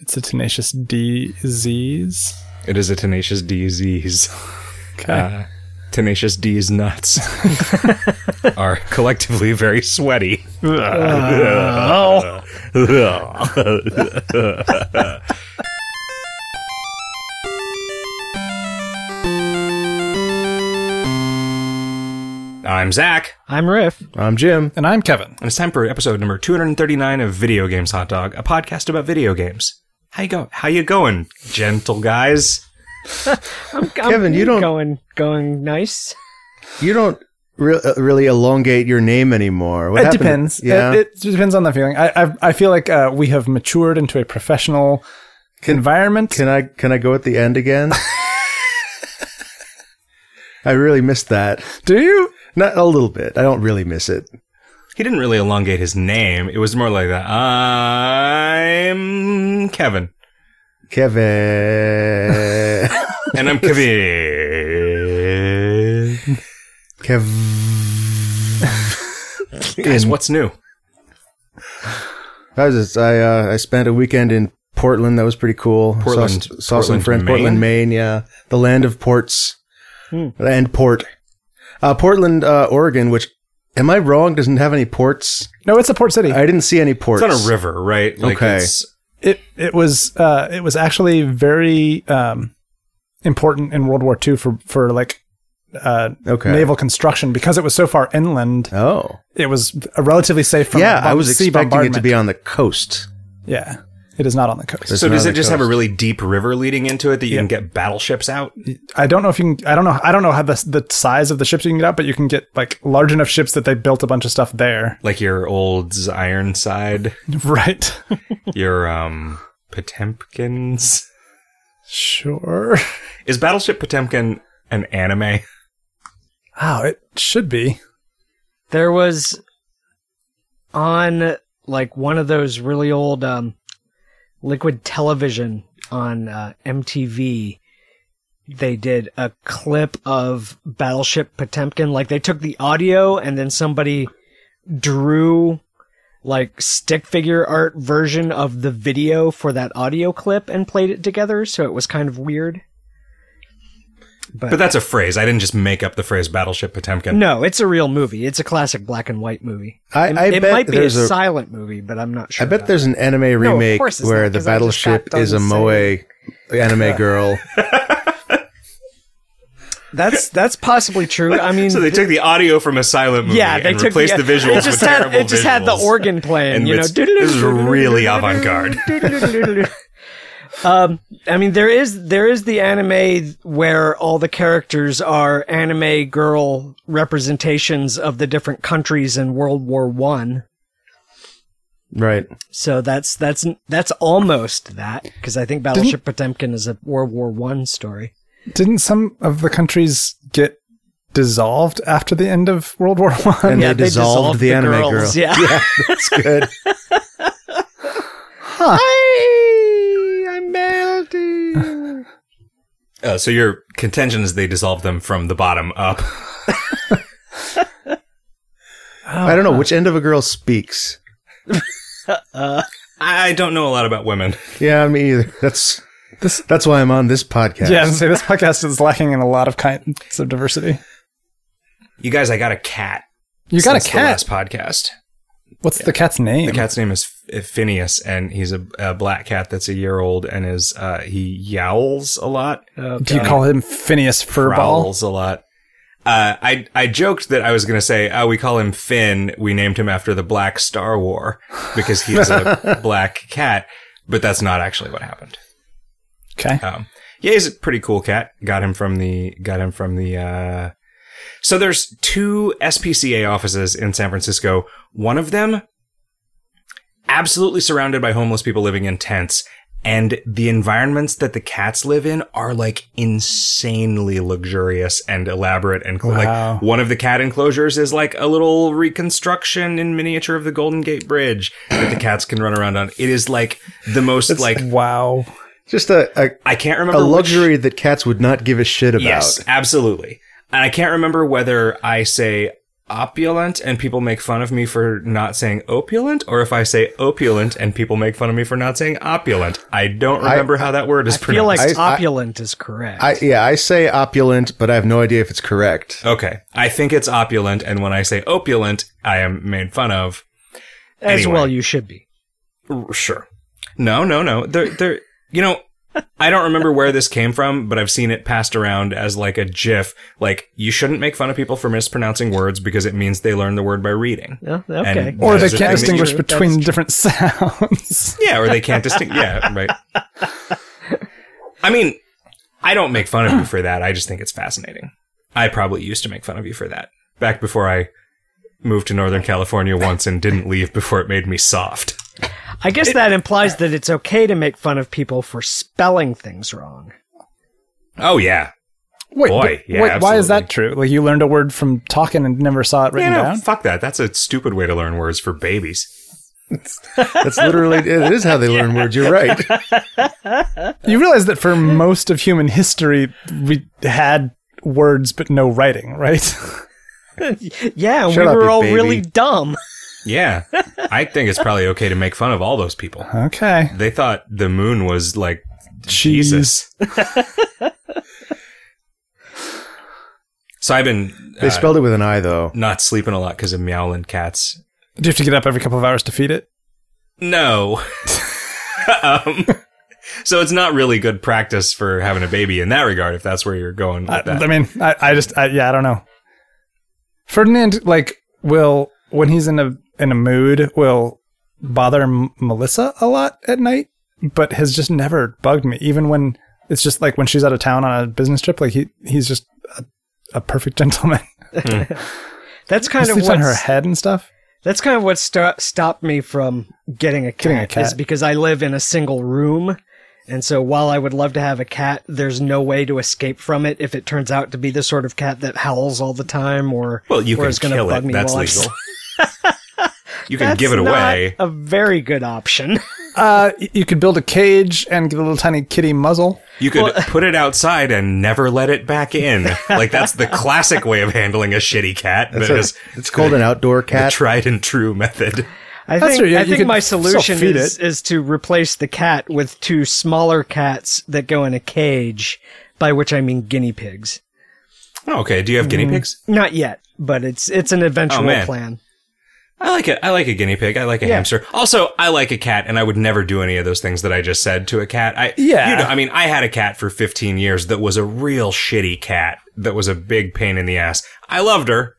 it's a tenacious disease. It is a tenacious disease. Okay. Uh, tenacious D's nuts are collectively very sweaty. Uh, I'm Zach, I'm Riff. I'm Jim. and I'm Kevin. and it's time for episode number 239 of Video Games Hot Dog, a podcast about video games. How you go? How you going, gentle guys? I'm, Kevin, you don't- going going nice. You don't re- uh, really elongate your name anymore. What it happened? depends. Yeah. It, it depends on the feeling. I I, I feel like uh, we have matured into a professional environment. can I can I go at the end again? I really missed that. Do you? Not a little bit. I don't really miss it. He didn't really elongate his name. It was more like that. I'm Kevin, Kevin. and I'm Kevin. Kev. Guys, what's new? I was just, I uh, I spent a weekend in Portland. That was pretty cool. Saw- Portland- saw, some Portland, friend Maine? Portland, Maine. Yeah, the land of ports Hmm. and port. Uh, Portland, uh, Oregon. Which am I wrong? Doesn't have any ports. No, it's a port city. Uh, I didn't see any ports. It's on a river, right? Okay. It's, it it was uh, it was actually very um, important in World War II for for like uh, Okay. naval construction because it was so far inland. Oh, It was relatively safe from yeah. bomb- I was sea expecting it to bombardment. be on the coast. Yeah, it is not on the coast. so does it not on just the have a coast. really deep river leading into it that you can get battleships out? I don't know if you can. I don't know. I don't know how the the size of the ships you can get out, but you can get like large enough ships that they built a bunch of stuff there. Like your old Ironside, Right. your um Potemkins. sure. Is Battleship Potemkin an anime? Wow, it should be. There was on like one of those really old um, liquid television on uh, MTV. They did a clip of Battleship Potemkin. Like they took the audio and then somebody drew like stick figure art version of the video for that audio clip and played it together. So it was kind of weird. But that's a phrase. I didn't just make up the phrase Battleship Potemkin. No, it's a real movie. It's a classic black and white movie. I- It- I it bet might be a, there's a- silent movie, but I'm not I sure. bet there's an anime of remake course it's where not, the 'cause I just got battleship is a done moe anime girl. that's that's possibly true. I mean, So they took the audio from a silent movie yeah, they and took replaced the, visuals It just with had terrible it just had the visuals. organ playing. And you know, it's- this is really avant-garde. um, I mean, there is there is the anime where all the characters are anime girl representations of the different countries in World War One. right. So that's that's that's almost that because I think Battleship Potemkin is a World War One story. Didn't some of the countries get dissolved after the end of World War One? And they, dissolved, the, anime girls, girl. Yeah. That's good. I'm melting. Uh, so your contention is they dissolve them from the bottom up. Oh, I don't know which end of a girl speaks. I don't know a lot about women. Yeah, me either. That's This- that's why I'm on this podcast. Yeah, I was gonna say this podcast is lacking in a lot of kinds of diversity. You guys, I got a cat. You got since a The cat. last podcast. What's the cat's name? The cat's name is Ph- Phineas, and he's a, a black cat that's a year old, and is uh, he yowls a lot, Do you call him Phineas Furball? growls a lot. Uh, I I joked that I was going to say, oh, we call him Finn. We named him after the Black Star War because he's a black cat, but that's not actually what happened. Okay. Um, yeah, he's a pretty cool cat. Got him from the got him from the. Uh... So there's two SPCA offices in San Francisco. One of them absolutely surrounded by homeless people living in tents. And the environments that the cats live in are like insanely luxurious and elaborate and cool. Wow. Like one of the cat enclosures is like a little reconstruction in miniature of the Golden Gate Bridge that the cats can run around on. It is like the most like wow. Just a, a, I can't a remember which- luxury that cats would not give a shit about. Yes, absolutely. And I can't remember whether I say opulent and people make fun of me for not saying opulent, or if I say opulent and people make fun of me for not saying opulent. I don't remember how that word is I feel like pronounced. I- I- opulent is correct. I yeah, I say opulent, but I have no idea if it's correct. okay, I think it's opulent, and when I say opulent, I am made fun of. As anyway. well, you should be. R- Sure. No, no, no. There, there. You know, I don't remember where this came from, but I've seen it passed around as like a GIF. Like you shouldn't make fun of people for mispronouncing words because it means they learn the word by reading. Yeah, okay. And- Or Those they can't are things that you- distinguish That's between true. different sounds. Yeah, or they can't distinguish. Yeah, right. I mean, I don't make fun of you for that. I just think it's fascinating. I probably used to make fun of you for that back before I moved to Northern California once and didn't leave before it made me soft. I guess that implies that it's okay to make fun of people for spelling things wrong. Oh yeah, Wait, Boy, but yeah, wait, why is absolutely. that true? Like you learned a word from talking and never saw it yeah. written No, down. fuck that. That's a stupid way to learn words for babies. That's literally it is how they learn words. You're right. You realize that for most of human history, we had words but no writing, right? yeah, Shut we up, were you all baby. really dumb. Yeah, I think it's probably okay to make fun of all those people. okay. They thought the moon was like Cheese. Jesus. so I've been They uh, spelled it with an I though. not sleeping a lot because of meowling cats. Do you have to get up every couple of hours to feed it? No. um, so it's not really good practice for having a baby in that regard, if that's where you're going with Uh, I, that. I mean, I, I just, I, yeah, I don't know. Ferdinand, like, will when he's in a in a mood, will bother M- Melissa a lot at night, but has just never bugged me. Even when it's just like when she's out of town on a business trip, like he he's just a, a perfect gentleman. That's He kind of sleeps on her what's, head and stuff. that's kind of what sto- stopped me from getting a cat, Getting a is cat. because I live in a single room. And so while I would love to have a cat, there's no way to escape from it if it turns out to be the sort of cat that howls all the time or well, you or can is gonna kill bug it. me That's while I'm legal. sleeping. you can That's give it not away. A very good option. Uh, y- you could build a cage and give it a little tiny kitty muzzle. You could put it outside and never let it back in. Like that's the classic way of handling a shitty cat. That That's is a- it's called an outdoor the cat. tried and true method. I That's think, true, yeah, I you think could my still solution feed is, is to replace the cat with two smaller cats that go in a cage, by which I mean guinea pigs. Oh, okay, do you have guinea pigs? Not yet, but it's it's an eventual Oh, man. plan. I like it. I like a guinea pig. I like a Yeah. hamster. Also, I like a cat, and I would never do any of those things that I just said to a cat. I, Yeah. You know, I mean, I had a cat for 15 years that was a real shitty cat that was a big pain in the ass. I loved her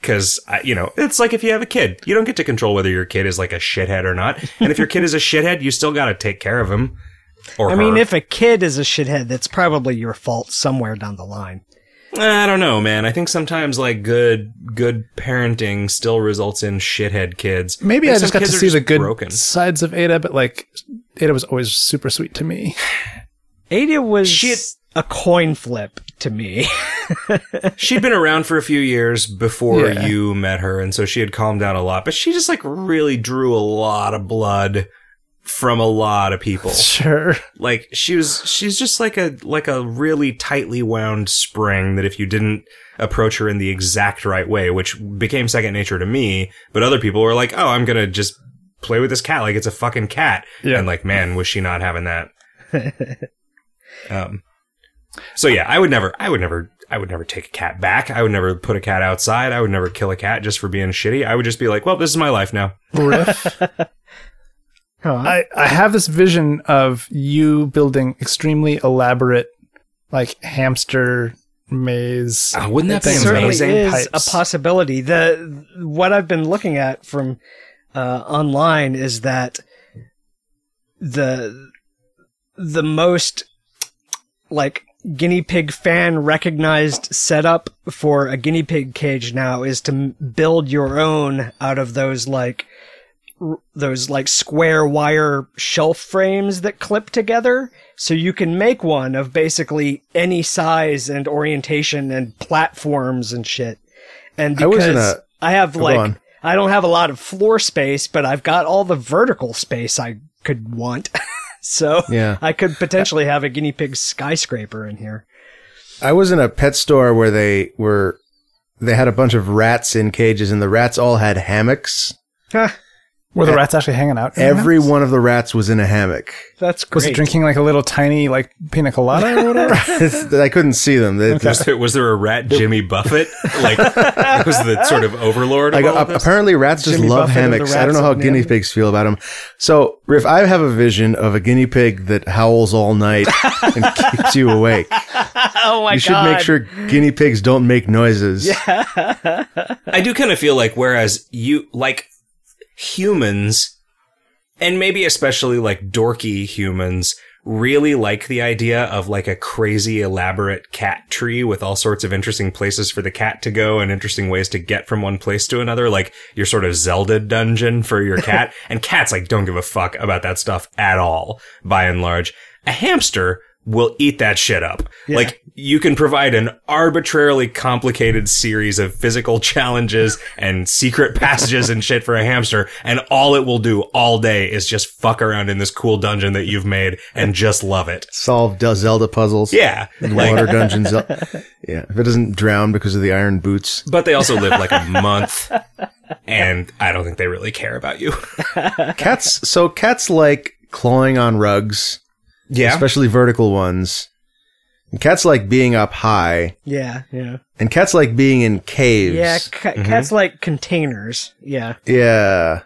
because, you know, it's like if you have a kid, you don't get to control whether your kid is like a shithead or not. And if your kid is a shithead, you still got to take care of him. Or I mean, her. if a kid is a shithead, that's probably your fault somewhere down the line. I don't know, man. I think sometimes like good good parenting still results in shithead kids. Maybe Like, I some just got to kids are see the just good broken. sides of Ada, but like Ada was always super sweet to me. Ada was Shit. a coin flip to me. She'd been around for a few years before Yeah. you met her, and so she had calmed down a lot. But she just like really drew a lot of blood from a lot of people. Sure. Like she was, she's just like a like a really tightly wound spring that if you didn't approach her in the exact right way, which became second nature to me, but other people were like, "Oh, I'm gonna just play with this cat like it's a fucking cat," Yeah. and like, man, was she not having that? Um, so yeah, I would never, I would never, I would never take a cat back. I would never put a cat outside. I would never kill a cat just for being shitty. I would just be like, well, this is my life now. Riff. Huh? I, I have this vision of you building extremely elaborate, like hamster maze. wouldn't Ah, that that be be Things certainly amazing? amazing? is Pipes. a possibility. The what I've been looking at from uh, online is that the the most like guinea pig fan recognized setup for a guinea pig cage now is to m- build your own out of those like r- those like square wire shelf frames that clip together so you can make one of basically any size and orientation and platforms and shit and I was in because a- i have like on. i don't have a lot of floor space but i've got all the vertical space i could want so Yeah. I could potentially have a guinea pig skyscraper in here. I was in a pet store where they were they had a bunch of rats in cages, and the rats all had hammocks. Were E- the rats actually hanging out? in Every hammocks? one of the rats was in a hammock. That's great. was it drinking like a little tiny like pina colada or whatever. I couldn't see them. They- Was there, was there a rat Jimmy Buffett? Like, was the sort of overlord of I go, all of ap- this? apparently rats just Jimmy love Buffett or the hammocks. I don't rats know how of guinea Nim. pigs feel about them. So, Riff, I have a vision of a guinea pig that howls all night and keeps you awake. oh my you should god! make sure guinea pigs don't make noises. I do kind of feel like whereas you like humans and maybe especially like dorky humans really like the idea of like a crazy elaborate cat tree with all sorts of interesting places for the cat to go and interesting ways to get from one place to another like your sort of Zelda dungeon for your cat and cats like don't give a fuck about that stuff at all by and large a hamster will eat that shit up Yeah. like you can provide an arbitrarily complicated series of physical challenges and secret passages and shit for a hamster, and all it will do all day is just fuck around in this cool dungeon that you've made and just love it. Solve Del- Zelda puzzles. Yeah. Like, Water dungeons. Zel- yeah. If it doesn't drown because of the iron boots. but they also live like a month, and I don't think they really care about you. Cats. So, cats like clawing on rugs, Yeah. especially vertical ones. And cats like being up high. yeah, yeah, And cats like being in caves. yeah. Ca- Mm-hmm. Cats like containers. Yeah, Yeah.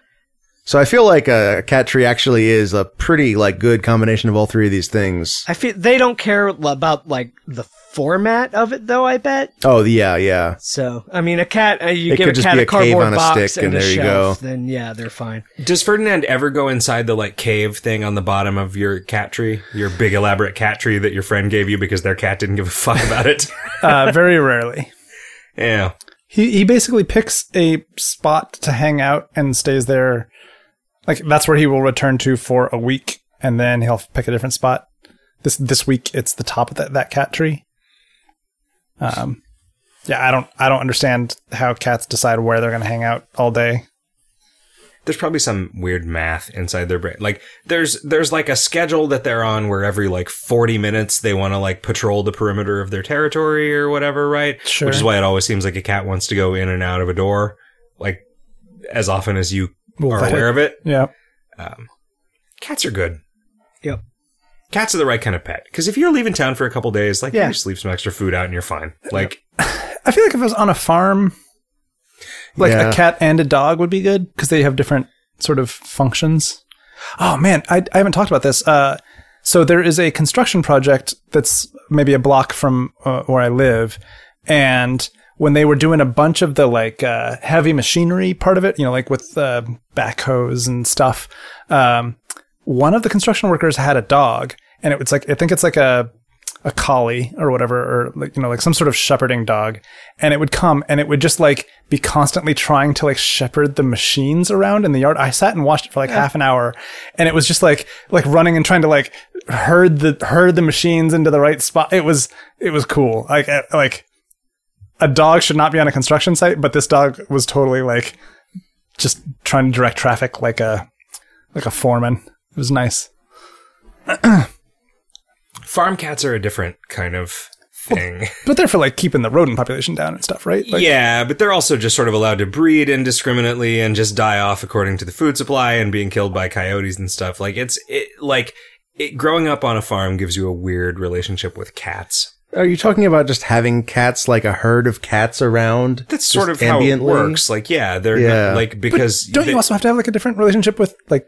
So I feel like a cat tree actually is a pretty like good combination of all three of these things. I feel they don't care l- about like the format of it though. I bet. Oh yeah, yeah. So I mean, a cat. Uh, you It give could a just cat be a, a cave cardboard on a box stick, and, and a there you shelf, go. then yeah, they're fine. Does Ferdinand ever go inside the like cave thing on the bottom of your cat tree? Your big elaborate cat tree that your friend gave you because their cat didn't give a fuck about it? Uh, very rarely. yeah. He he basically picks a spot to hang out and stays there. Like that's where he will return to for a week, and then he'll pick a different spot. This this week it's the top of that, that cat tree. Um, yeah, I don't I don't understand how cats decide where they're going to hang out all day. there's probably some weird math inside their brain. Like there's there's like a schedule that they're on where every like 40 minutes they want to like patrol the perimeter of their territory or whatever, right? Sure. Which is why it always seems like a cat wants to go in and out of a door like as often as you Well, are that- aware of it. Yeah, Um, cats are good. Yep. Cats are the right kind of pet. Because if you're leaving town for a couple days, like Yeah. you just leave some extra food out and you're fine. Like I feel like if I was on a farm, like Yeah. a cat and a dog would be good because they have different sort of functions. Oh man, I, I haven't talked about this. Uh, so there is a construction project that's maybe a block from uh, where I live, and when they were doing a bunch of the like uh, heavy machinery part of it, you know, like with uh, backhoes and stuff, um, one of the construction workers had a dog, and it was like I think it's like a a collie or whatever, or like, you know, like some sort of shepherding dog. And it would come and it would just like be constantly trying to like shepherd the machines around in the yard. I sat and watched it for like half an hour and it was just like, like running and trying to like herd the, herd the machines into the right spot. It was, it was cool. Like, uh, like a dog should not be on a construction site, but this dog was totally like just trying to direct traffic like a, like a foreman. It was nice. farm cats are a different kind of thing. But they're for like keeping the rodent population down and stuff, right? Like, yeah, but they're also just sort of allowed to breed indiscriminately and just die off according to the food supply and being killed by coyotes and stuff. Like it's it, like it, growing up on a farm gives you a weird relationship with cats. Are you talking about just having cats like a herd of cats around? That's sort Just of how it ambiently? works. Like yeah, they're not- Yeah. like because Don't they- you also have to have like a different relationship with like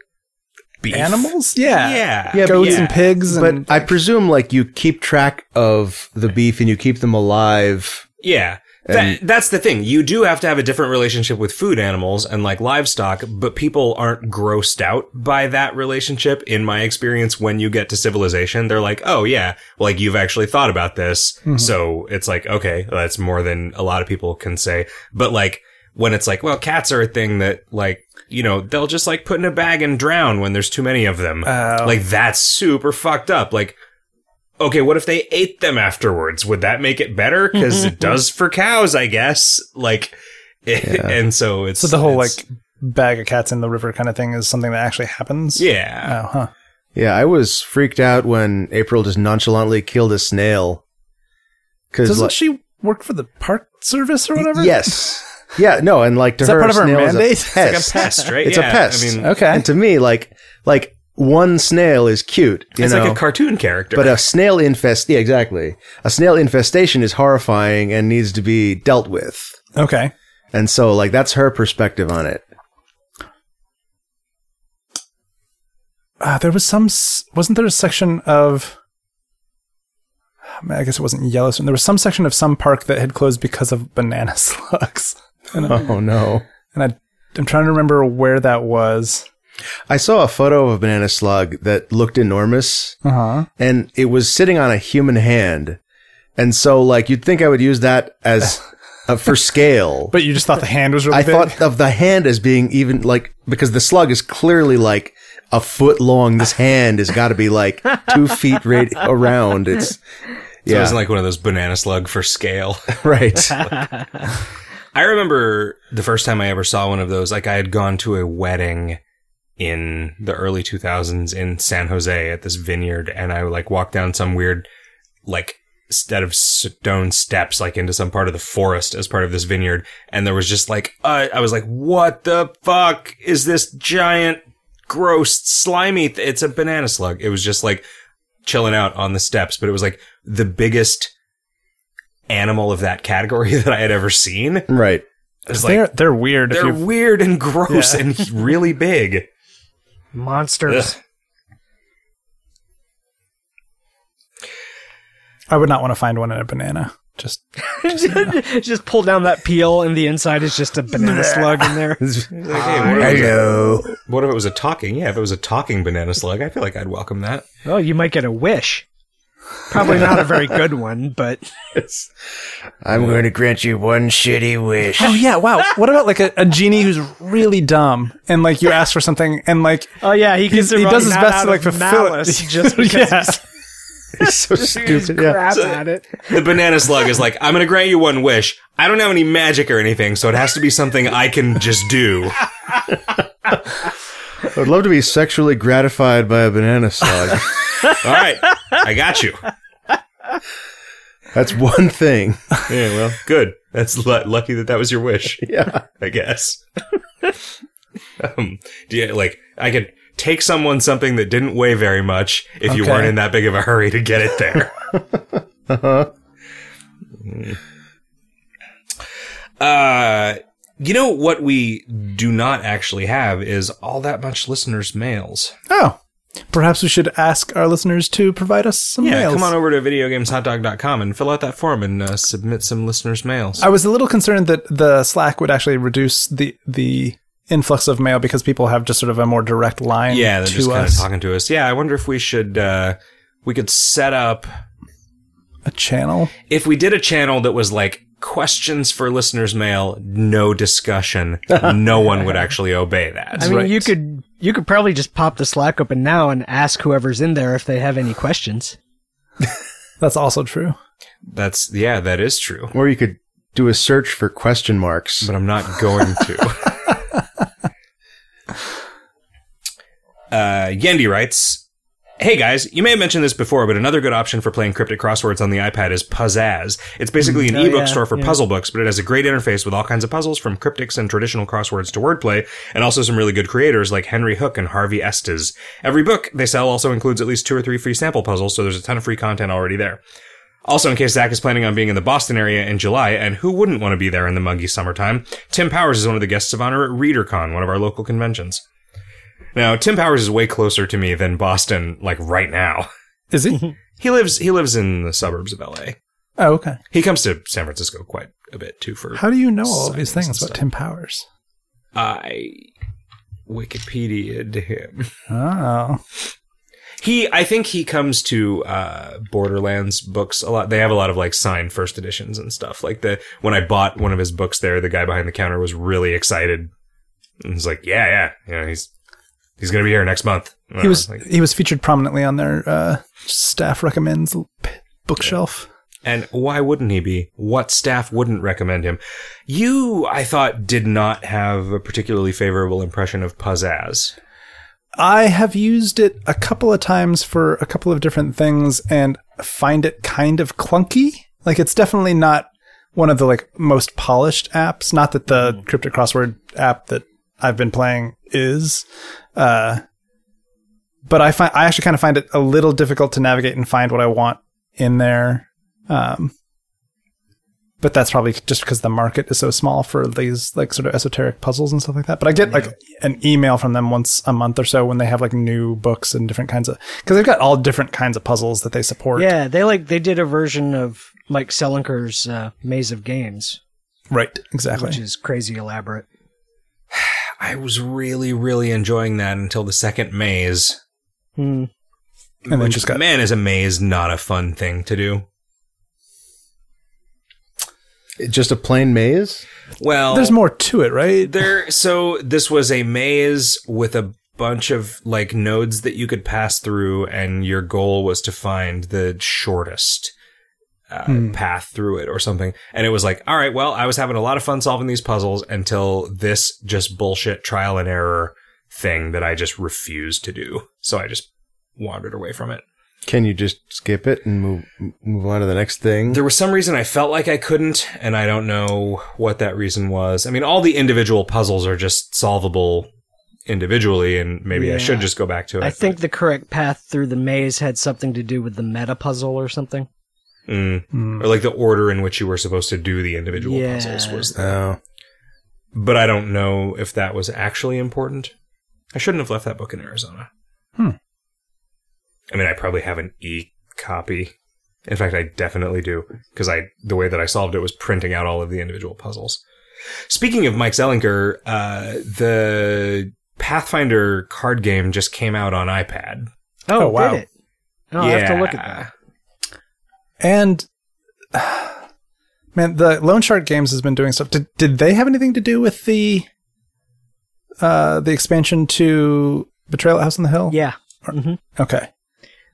beef? animals? Yeah. Yeah, Goats yeah. and pigs and But I presume like you keep track of the beef and you keep them alive. Yeah. And- That, that's the thing. You do have to have a different relationship with food animals and like livestock, but people aren't grossed out by that relationship. In my experience, when you get to civilization, they're like, oh yeah, like you've actually thought about this. So it's like, okay, that's more than a lot of people can say. But like when it's like, well, cats are a thing that like, you know, they'll just like put in a bag and drown when there's too many of them. Oh. Like that's super fucked up. Like, okay, what if they ate them afterwards? Would that make it better? Mm-hmm. Because it does for cows, I guess. Like, and so it's so the whole it's- like bag of cats in the river kind of thing is something that actually happens. yeah. Oh, huh. Yeah, I was freaked out when April just nonchalantly killed a snail. Cause Doesn't like, she work for the park service or whatever? Yes. Yeah. No. And like to Is that her, part of a our snail is mandate? a It's Like a pest. pest, right? It's a Yeah, pest. I mean, Okay. and to me, like like one snail is cute. You it's know? like a cartoon character. But a snail infest, yeah, exactly. A snail infestation is horrifying and needs to be dealt with. Okay. And so, like, that's her perspective on it. Uh, there was some. s- Wasn't there a section of? I mean, I guess it wasn't Yellowstone. There was some section of some park that had closed because of banana slugs, Oh no! and I, I'm trying to remember where that was. I saw a photo of a banana slug that looked enormous, Uh huh. and it was sitting on a human hand. And so, like, you'd think I would use that as uh, for scale, But you just thought the hand was really I big. thought of the hand as being even like because the slug is clearly like a foot long. This hand has got to be like two feet ra- around. It's So it yeah, was like one of those banana slug for scale. right. I remember the first time I ever saw one of those. Like I had gone to a wedding in the early 2000s in San Jose at this vineyard, and I like walked down some weird like instead of stone steps like into some part of the forest as part of this vineyard and there was just like uh, i was like what the fuck is this giant gross slimy th- it's a banana slug it was just like chilling out on the steps but it was like the biggest animal of that category that i had ever seen it Right. was like they're they're weird. if they're you weird and gross Yeah. and really big Monsters. Ugh. I would not want to find one in a banana. Just just pull down that peel, and the inside is just a banana slug in there. Like, hey, what, if it was a- what if it was a talking yeah if it was a talking banana slug i feel like i'd welcome that Well, Oh, you might get a wish. Probably not a very good one, but I'm going to grant you one shitty wish. Oh yeah, wow. What about like a, a genie who's really dumb and like you ask for something and like oh yeah, he he's, gets he it does wrong, his not best out to like of fulfill malice, it just because Yeah. he's It's so stupid. Yeah. crap So- at it. the banana slug is like, I'm gonna grant you one wish. I don't have any magic or anything, so it has to be something I can just do. I would love to be sexually gratified by a banana slug. All right, I got you. That's one thing. Yeah, well, good. That's lu lucky that that was your wish. Yeah. I guess. um, do you like? I could take someone something that didn't weigh very much if you Okay. weren't in that big of a hurry to get it there. uh, you know what we do not actually have is all that much listeners' mails. Oh. Perhaps we should ask our listeners to provide us some Yeah, mails. come on over to videogameshotdog.com and fill out that form and uh, submit some listeners' mails. I was a little concerned that the Slack would actually reduce the the influx of mail because people have just sort of a more direct line yeah, they're just to kind of us. talking to us. Yeah, I wonder if we should uh, we could set up a channel. if we did a channel that was like questions for listeners' mail, no discussion. no one would actually obey that. I mean, right. you could you could probably just pop the Slack open now and ask whoever's in there if they have any questions. That's also true. That's yeah, that is true. Or you could do a search for question marks. But I'm not going to. uh, Yendi writes. Hey guys, you may have mentioned this before, but another good option for playing cryptic crosswords on the iPad is Puzzazz. It's basically an Oh, ebook yeah, store for yeah. puzzle books, but it has a great interface with all kinds of puzzles from cryptics and traditional crosswords to wordplay, and also some really good creators like Henry Hook and Harvey Estes. Every book they sell also includes at least two or three free sample puzzles, so there's a ton of free content already there. Also, in case Zach is planning on being in the Boston area in July, and who wouldn't want to be there in the muggy summertime, Tim Powers is one of the guests of honor at ReaderCon, one of our local conventions. Now, Tim Powers is way closer to me than Boston, like right now. Is he? He lives he lives in the suburbs of LA. oh, okay. He comes to San Francisco quite a bit too for How do you know all of Science these and things stuff. about Tim Powers? I Wikipedia him. Oh. He I think he comes to uh Borderlands books a lot. They have a lot of like signed first editions and stuff. Like the when I bought one of his books there, the guy behind the counter was really excited. And he's like, Yeah, yeah, yeah, he's he's gonna be here next month. He was Like- he was featured prominently on their uh, staff recommends l- p- bookshelf. And why wouldn't he be? What staff wouldn't recommend him? You, I thought, did not have a particularly favorable impression of Puzzazz. I have used it a couple of times for a couple of different things and find it kind of clunky. Like it's definitely not one of the like most polished apps. Not that the Mm-hmm. crypto crossword app that I've been playing is, uh, but I find I actually kind of find it a little difficult to navigate and find what I want in there. Um, but that's probably just because the market is so small for these like sort of esoteric puzzles and stuff like that. But I get like an email from them once a month or so when they have like new books and different kinds of because they've got all different kinds of puzzles that they support. Yeah, they like they did a version of Mike Selinker's uh, Maze of Games, Right. Exactly. which is crazy elaborate. I was really, really enjoying that until the second maze. Hmm. And then which, just got- man, is a maze not a fun thing to do. Just a plain maze. Well, There's more to it, right? there so this was a maze with a bunch of like nodes that you could pass through and your goal was to find the shortest uh, Hmm. path through it or something and it was like all right well i was having a lot of fun solving these puzzles until this just bullshit trial and error thing that i just refused to do so i just wandered away from it Can you just skip it and move move on to the next thing? there was some reason I felt like I couldn't, and I don't know what that reason was. I mean, all the individual puzzles are just solvable individually, and maybe I Yeah. should just go back to it. I think the correct path through the maze had something to do with the meta puzzle or something. Mm. Mm. Or like the order in which you were supposed to do the individual Yeah. puzzles was, oh, but I don't know if that was actually important. I shouldn't have left that book in Arizona. Hmm. I mean, I probably have an e copy. In fact, I definitely do because I the way that I solved it was printing out all of the individual puzzles. Speaking of Mike Zelinker, uh, the Pathfinder card game just came out on iPad. Oh, Oh, wow. did it? Oh, I have to look at that. And man, the Lone Shark Games has been doing stuff. Did did they have anything to do with the uh the expansion to Betrayal at House on the Hill? Yeah. hmm Okay.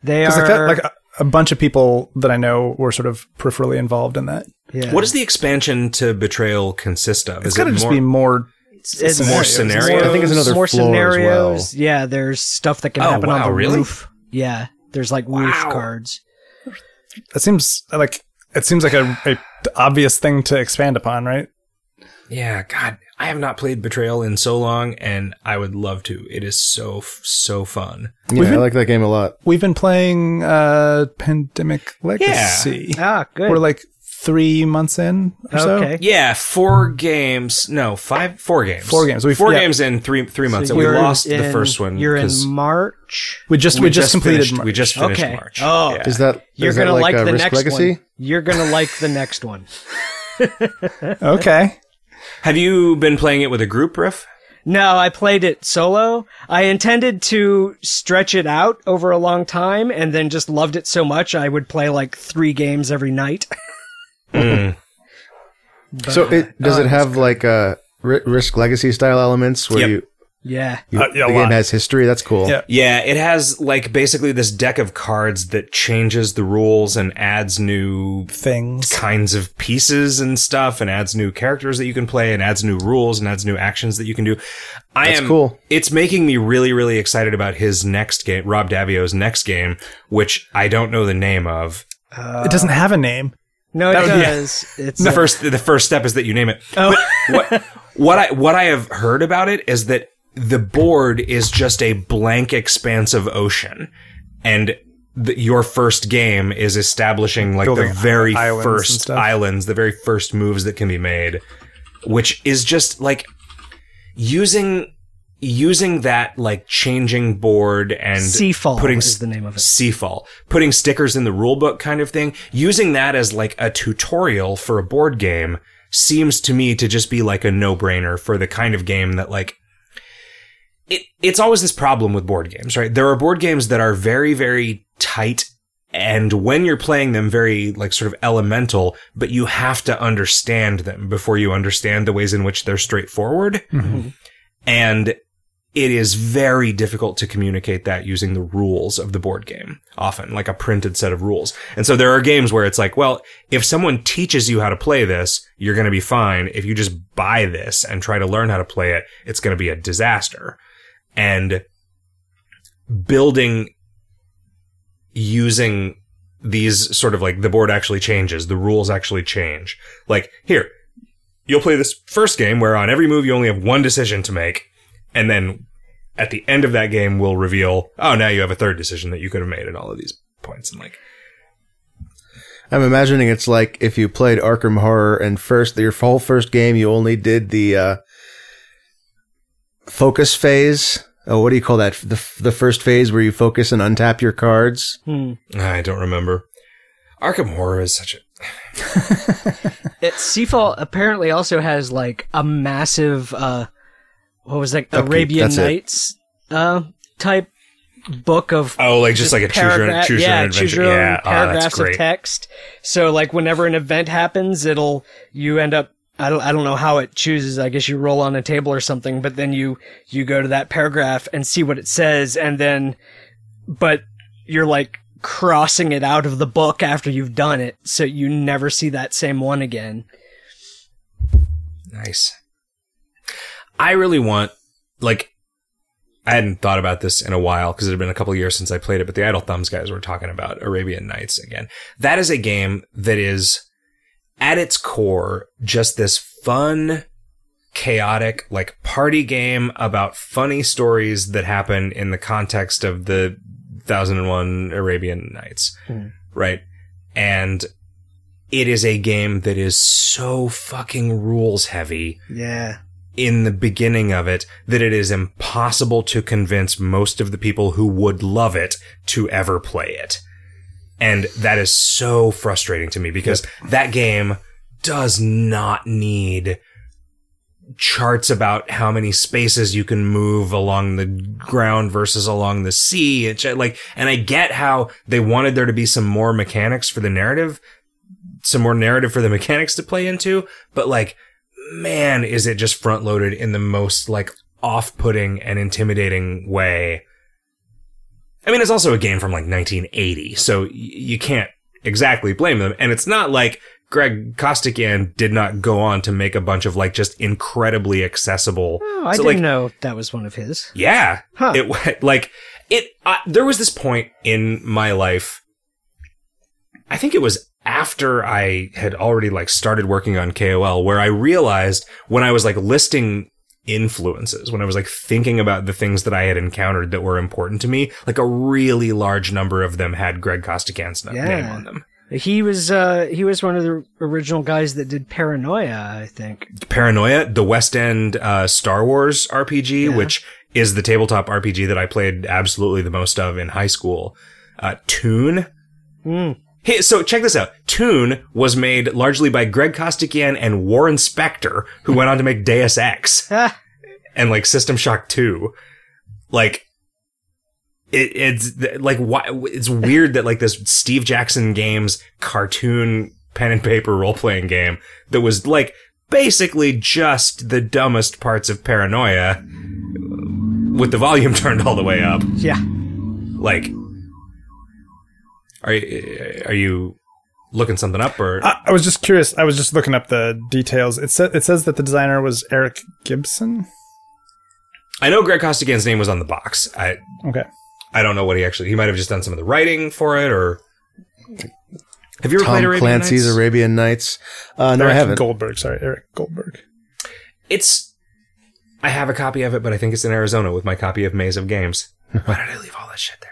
They are. Because like that, like a, a bunch of people that I know were sort of peripherally involved in that. yeah. What does the expansion to Betrayal consist of? It's Is got to it just more- be more. It's, more scenarios? I think it's another more floor as well. scenarios. Yeah, there's stuff that can Oh, happen on wow, the really? roof. Yeah, there's like roof Wow. cards. It seems like it seems like a, a obvious thing to expand upon, right? Yeah, God, I have not played Betrayal in so long, and I would love to. It is so f- so fun. yeah, I like that game a lot. We've been playing uh Pandemic Legacy. Ah, good. We're like three months in or so. okay. Yeah, four games. No, five, four games. Four games. We've- four yeah. games in three three months, So and we you're lost the in- first one. You're in 'cause March. We just we, just, completed. finished, Mar- we just finished Okay. March. Oh. Yeah. Is that You're is that gonna like, uh, the Risk next Legacy? one. You're gonna like the next one. okay. Have you been playing it with a group, Riff? No, I played it solo. I intended to stretch it out over a long time and then just loved it so much I would play like three games every night. But- So it does it have like uh, ri Risk Legacy style elements where Yep. you, yeah. you- Uh, yeah, a the game lot. has history? That's cool. Yeah. Yeah, it has like basically this deck of cards that changes the rules and adds new Things. kinds of pieces and stuff and adds new characters that you can play and adds new rules and adds new actions that you can do. I That's am cool. It's making me really really excited about his next game, Rob Davio's next game, which I don't know the name of. it doesn't have a name. No, it That would be- does. It's The a- first the first step is that you name it. Oh. But what what I what I have heard about it is that the board is just a blank expanse of ocean and the, your first game is establishing like Building the very islands and first stuff. islands, the very first moves that can be made, which is just like using using that like changing board and Seafall putting is the name of it. Seafall, putting stickers in the rulebook kind of thing, using that as like a tutorial for a board game seems to me to just be like a no-brainer for the kind of game that like it, it's always this problem with board games, right? There are board games that are very, very tight and when you're playing them very like sort of elemental, but you have to understand them before you understand the ways in which they're straightforward. And it is very difficult to communicate that using the rules of the board game, often like a printed set of rules. And so there are games where it's like, well, if someone teaches you how to play this, you're going to be fine. If you just buy this and try to learn how to play it, it's going to be a disaster. And building using these sort of like the board actually changes, the rules actually change. Like here, you'll play this first game where on every move you only have one decision to make, and then at the end of that game we'll reveal, oh, now you have a third decision that you could have made at all of these points. And like, I'm imagining it's like if you played Arkham Horror and first your whole first game you only did the uh, focus phase. Oh, what do you call that? The the first phase where you focus and untap your cards. Hmm. I don't remember. Arkham Horror is such a It, Seafall apparently also has like a massive, uh, what was that, Upkeep, Arabian that's it. Nights uh, type book of oh, like just, like a choose your, own- paragraph- choose your yeah, own adventure. choose your own yeah, ah, that's paragraphs of great. text. So like whenever an event happens, it'll you end up I don't I don't know how it chooses. I guess you roll on a table or something, but then you you go to that paragraph and see what it says, and then but you're like crossing it out of the book after you've done it, so you never see that same one again. Nice. I really want, like, I hadn't thought about this in a while because it had been a couple years since I played it, but the Idle Thumbs guys were talking about Arabian Nights again. That is a game that is, at its core, just this fun, chaotic, like party game about funny stories that happen in the context of the 1001 Arabian Nights, Hmm. right? And it is a game that is so fucking rules heavy Yeah. in the beginning of it that it is impossible to convince most of the people who would love it to ever play it. And that is so frustrating to me because that game does not need charts about how many spaces you can move along the ground versus along the sea. It's like, and I get how they wanted there to be some more mechanics for the narrative, some more narrative for the mechanics to play into, but like, man, is it just front loaded in the most like off putting and intimidating way. I mean, it's also a game from like 1980, so y- you can't exactly blame them. And it's not like Greg Kostikian did not go on to make a bunch of like just incredibly accessible. Oh, I so, didn't like, know that was one of his. yeah, Huh. it wa- like it. I there was this point in my life. I think it was after I had already like started working on KOL where I realized when I was like listing influences, when I was like thinking about the things that I had encountered that were important to me, like a really large number of them had Greg Costigan's n- Yeah. name on them. He was uh he was one of the original guys that did Paranoia, I think. Paranoia, the West End uh, Star Wars RPG, Yeah. which is the tabletop RPG that I played absolutely the most of in high school. Uh, Tune. Hmm. Hey, so check this out. Tune was made largely by Greg Kostikian and Warren Spector, who went on to make Deus Ex Ah, and like System Shock 2. Like, it, it's th- like why it's weird that like this Steve Jackson Games cartoon pen and paper role playing game that was like basically just the dumbest parts of Paranoia with the volume turned all the way up. yeah. Like, are you, are you looking something up or? I, I was just curious. I was just looking up the details. It says it says that the designer was Eric Gibson. I know Greg Costigan's name was on the box. I Okay. I don't know what he actually. He might have just done some of the writing for it, or have you ever Tom played Arabian Clancy's Nights? Arabian Nights. Uh, no, I Eric haven't. Goldberg. Sorry, Eric Goldberg. it's. I have a copy of it, but I think it's in Arizona with my copy of Maze of Games. Why did I leave all that shit there?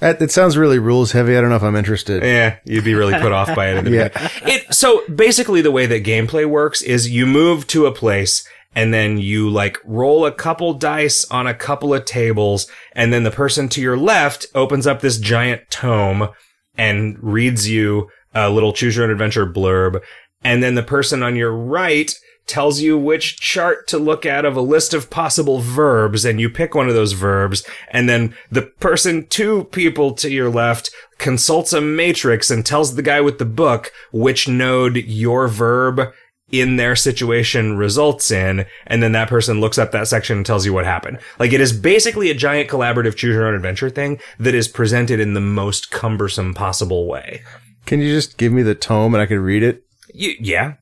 That, it sounds really rules heavy. I don't know if I'm interested. Yeah, you'd be really put off by it. In the Yeah. beginning. It so basically the way that gameplay works is you move to a place and then you like roll a couple dice on a couple of tables and then the person to your left opens up this giant tome and reads you a little choose your own adventure blurb and then the person on your right tells you which chart to look at of a list of possible verbs and you pick one of those verbs and then the person two people to your left consults a matrix and tells the guy with the book which node your verb in their situation results in and then that person looks up that section and tells you what happened like it is basically a giant collaborative choose your own adventure thing that is presented in the most cumbersome possible way Can you just give me the tome and I could read it? you, yeah,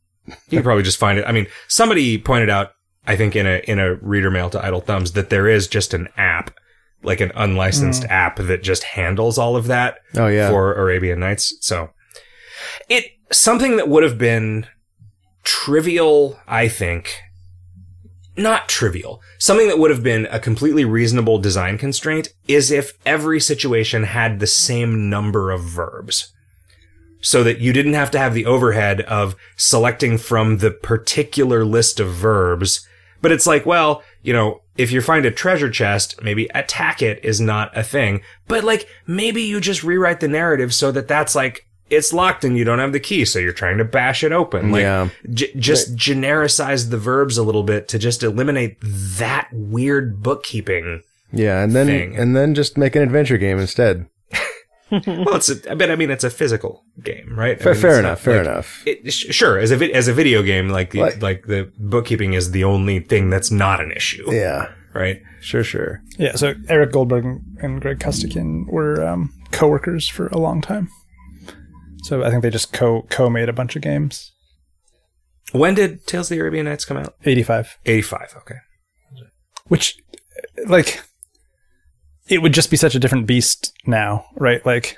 you can probably just find it. I mean, somebody pointed out, I think in a in a reader mail to Idle Thumbs that there is just an app like an unlicensed app that just handles all of that Oh yeah. for Arabian Nights. So it something that would have been trivial, I think. Not trivial. Something that would have been a completely reasonable design constraint is if every situation had the same number of verbs. So that you didn't have to have the overhead of selecting from the particular list of verbs. But it's like, well, you know, if you find a treasure chest, maybe attack it is not a thing. But like, maybe you just rewrite the narrative so that that's like, it's locked and you don't have the key, so you're trying to bash it open. Like, yeah. J- just genericize the verbs a little bit to just eliminate that weird bookkeeping. Yeah, and then thing. and then just make an adventure game instead. Well, it's a, but I mean it's a physical game, right? I Fair, mean, fair it's enough. not Fair like- enough. It, sh- sure, as a vi- as a video game, like like, Like- like the bookkeeping is the only thing that's not an issue, Yeah. right? Sure. Sure. Yeah, so Eric Goldberg and- and Greg Kustikin were um, co-workers for a long time. So I think they just co co made a bunch of games. When did Tales of the Arabian Nights come out? Eighty five, Eighty five. Okay. which like it would just be such a different beast now, right? Like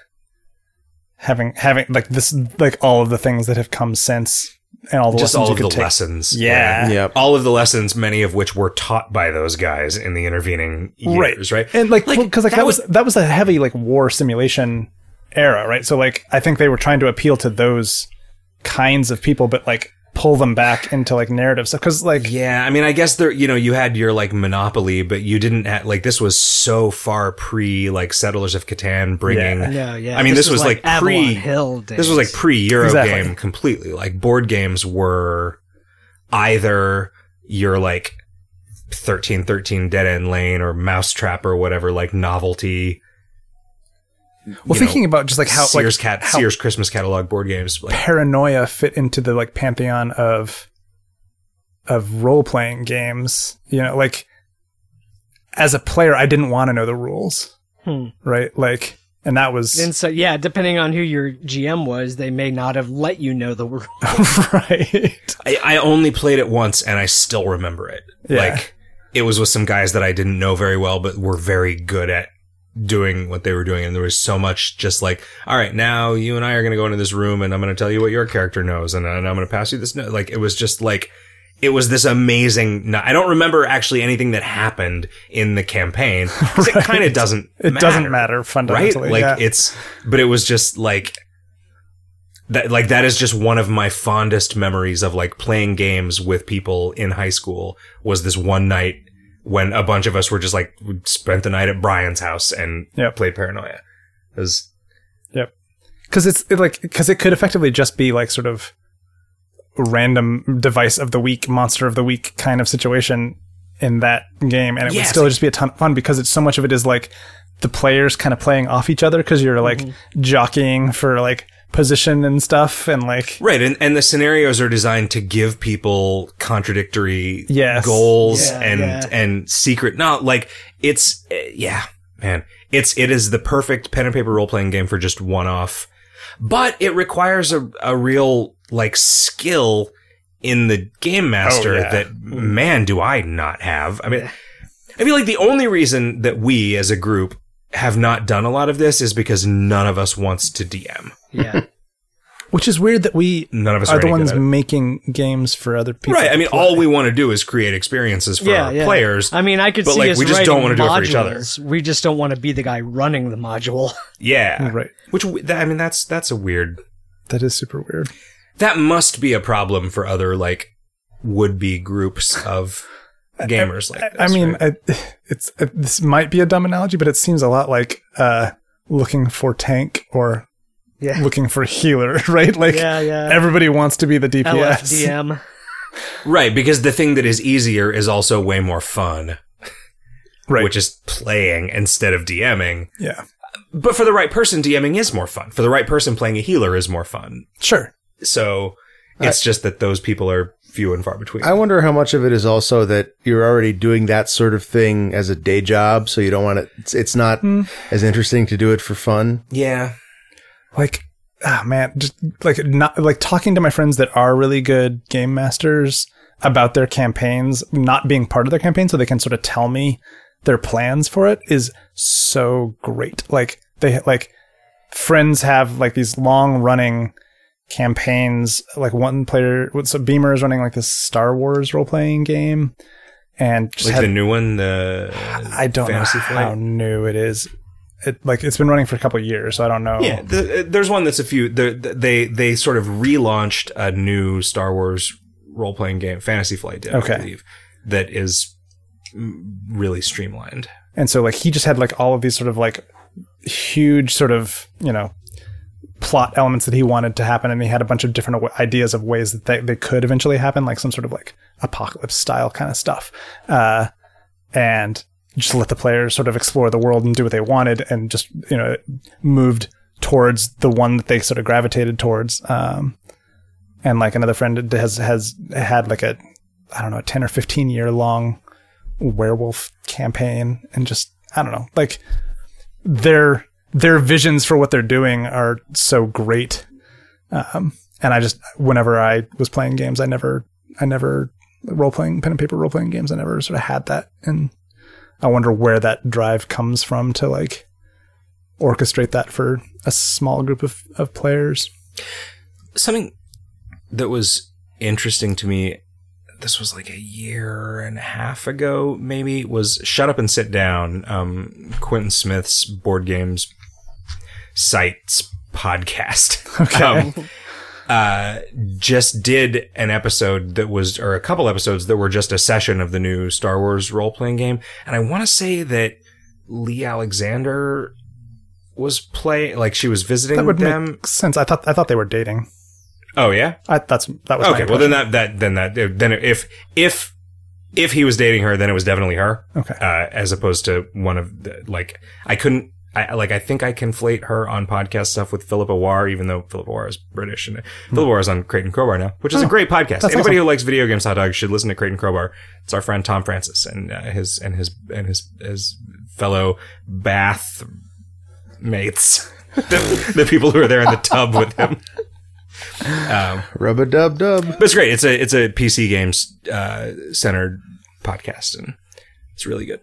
having having like this like all of the things that have come since and all the just lessons all you of could the take. lessons. Yeah. Yep. All of the lessons, many of which were taught by those guys in the intervening years, right? And like, Like, because like that that, was that was a heavy like war simulation era, right? So like, I think they were trying to appeal to those kinds of people, but like pull them back into like narrative stuff. Because like, Yeah, I mean, I guess there, you know, you had your like monopoly, but you didn't have like this was so far pre like settlers of Catan bringing. Yeah. Yeah, yeah. I mean, this was like Avalon pre- Hill This was days. like pre Euro Exactly. game completely. Like board games were either your like thirteen thirteen dead end lane or mousetrap or whatever like novelty. well, thinking about just like how Sears like cat how Sears Christmas catalog board games like paranoia fit into the like pantheon of of role playing games, you know, like as a player, I didn't want to know the rules, Hmm. right? Like, and that was And so, yeah, depending on who your GM was, they may not have let you know the word. right. I, I only played it once and I still remember it. Yeah. Like it was with some guys that I didn't know very well, but were very good at doing what they were doing. And there was so much just like, all right, now you and I are going to go into this room and I'm going to tell you what your character knows and, and I'm going to pass you this note. Like it was just like, it was this amazing. No, I don't remember actually anything that happened in the campaign. 'cause It Right. kind of doesn't. It doesn't matter right? fundamentally. Like yeah. it's, but it was just like that. Like that is just one of my fondest memories of like playing games with people in high school. Was this one night when a bunch of us were just like we spent the night at Brian's house and Yep. played Paranoia. It was because it's it like because it could effectively just be like sort of random device of the week, monster of the week kind of situation in that game, and it would Yes. still just be a ton of fun because it's so much of it is like the players kind of playing off each other because you're like Mm-hmm. jockeying for like position and stuff, and like right, and and the scenarios are designed to give people contradictory Yes. goals Yeah, and yeah. and secret. Not like it's eh, yeah, man. It's it is the perfect pen and paper role playing game for just one off, but it requires a a real like skill in the game master Oh, yeah. that man do I not have. I mean, I feel like the only reason that we as a group have not done a lot of this is because none of us wants to DM. Yeah. which is weird that we None of us are are the any good ones at it. making games for other people. Right. I to mean, play. all we want to do is create experiences for yeah, our yeah. players. I mean, I could But, see like, us we just don't writing wanna do it for each other. modules. We just don't want to be the guy running the module. yeah. right. Which w- that, I mean, that's that's a weird. That is super weird. That must be a problem for other like would be groups of gamers like this. I mean, right? I, it's uh this might be a dumb analogy, but it seems a lot like uh, looking for tank or Yeah. looking for healer, right? Like yeah, yeah. everybody wants to be the DPS. LFDM. right? Because the thing that is easier is also way more fun, Right. which is playing instead of DMing. yeah. But for the right person, DMing is more fun. For the right person, playing a healer is more fun. Sure. So it's just that those people are few and far between. I wonder how much of it is also that you're already doing that sort of thing as a day job, so you don't want to. It's, it's not Hmm. as interesting to do it for fun. yeah. Like ah man, just like not like talking to my friends that are really good game masters about their campaigns, not being part of their campaign so they can sort of tell me their plans for it is so great. Like they like friends have like these long running campaigns. Like one player, so Beamer is running like this Star Wars role playing game, and just Like had- the new one, the I don't know Fantasy how Flight? new it is. It like it's been running for a couple of years, so I don't know. Yeah, the, uh, there's one that's a few. The, the- they they sort of relaunched a new Star Wars role playing game, Fantasy Flight did, Okay. I believe, that is mm, really streamlined. And so like he just had like all of these sort of like huge sort of, you know, plot elements that he wanted to happen and he had a bunch of different awa- ideas of ways that they, they could eventually happen like some sort of like apocalypse style kind of stuff. Uh and just let the players sort of explore the world and do what they wanted and just, you know, it moved towards the one that they sort of gravitated towards. Um and like another friend has has had like a I don't know, a 10 or 15 year long werewolf campaign and just I don't know, like their their visions for what they're doing are so great. Um, and I just whenever I was playing games, I never I never role playing pen and paper role playing games. I never sort of had that, and I wonder where that drive comes from to like orchestrate that for a small group of, of players. something that was interesting to me this was like a year and a half ago maybe was shut up and sit down um quentin smith's board games sites podcast Okay. um, uh just did an episode that was or a couple episodes that were just a session of the new star wars role-playing game and i want to say that lee alexander was play like she was visiting That would them make sense. I thought I thought they were dating. oh yeah I, that's that was my okay. Well, then impression. that that then that then if if if he was dating her, then it was definitely her, okay. uh, as opposed to one of the, like I couldn't. I, like I think I conflate her on podcast stuff with Philippa War, even though Philippa War is British and uh, Philippa War is on Creighton Crowbar now, which is a great podcast. Hmm. Oh, that's Anybody awesome. who likes video games hot dogs should listen to Creighton Crowbar. It's our friend Tom Francis and uh, his and his and his his fellow bath mates, the, the people who are there in the tub with him. Um, Rub a dub dub. but it's great. It's a it's a PC games uh, centered podcast, and it's really good.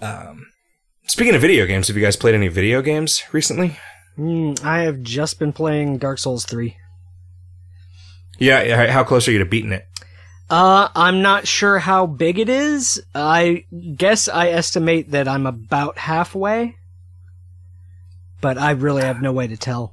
Um, speaking of video games, have you guys played any video games recently? Mm, I have just been playing Dark Souls 3. Yeah. yeah, How close are you to beating it? Uh, I'm not sure how big it is. I guess I estimate that I'm about halfway, but I really have no way to tell.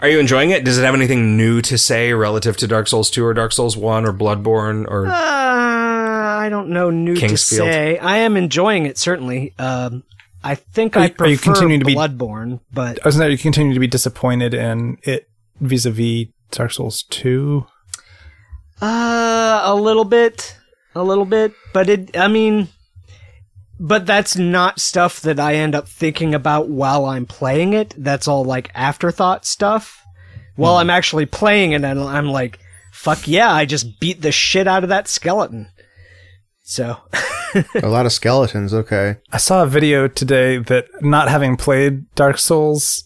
Are you enjoying it? Does it have anything new to say relative to Dark Souls Two or Dark Souls One or Bloodborne or? Uh, I don't know new to Kingsfield. say. I am enjoying it certainly. Um, I think Are I you- are prefer you continuing to be- Bloodborne, but I was not you continue to be disappointed in it vis-a-vis Dark Souls 2. Uh, a little bit, a little bit, but it. I mean, but that's not stuff that I end up thinking about while I'm playing it. That's all like afterthought stuff. While I'm actually playing it, and I'm like, "Fuck yeah!" I just beat the shit out of that skeleton. So, a lot of skeletons. Okay. I saw a video today that not having played Dark Souls,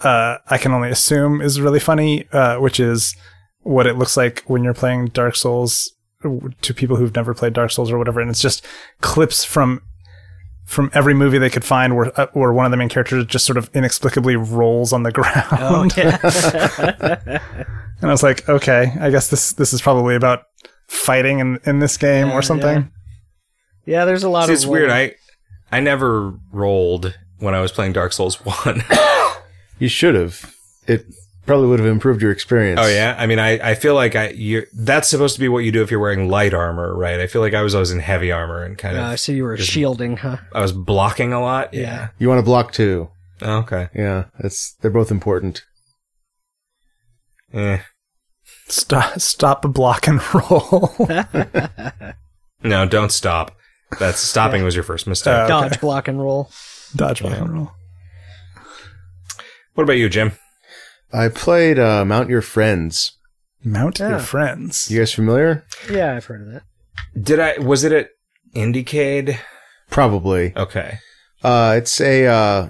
uh, I can only assume is really funny, uh, which is what it looks like when you're playing Dark Souls to people who've never played Dark Souls or whatever, and it's just clips from from every movie they could find where uh, where one of the main characters just sort of inexplicably rolls on the ground. oh yeah. And I was like, okay, I guess this this is probably about fighting in, in this game or something. yeah, there's a lot See, of. it's weird. roll- I I never rolled when I was playing Dark Souls One. You should have. It probably would have improved your experience. Oh yeah, I mean, I, I feel like I you that's supposed to be what you do if you're wearing light armor, right? I feel like I was always in heavy armor and kind Uh, of so you were shielding, huh? I was blocking a lot. Yeah. Yeah. You want to block too. Oh, okay. Yeah. That's they're both important. Eh. Stop stop block and roll. No, don't stop. That's stopping was your first mistake. Uh, Okay. Dodge, block, and roll. Dodge block and roll. what about you, Jim? I played uh, Mount Your Friends. Mount Yeah. your friends. You guys familiar? Yeah, I've heard of that. Did I was it at Indiecade? Probably. Okay. Uh, it's a uh,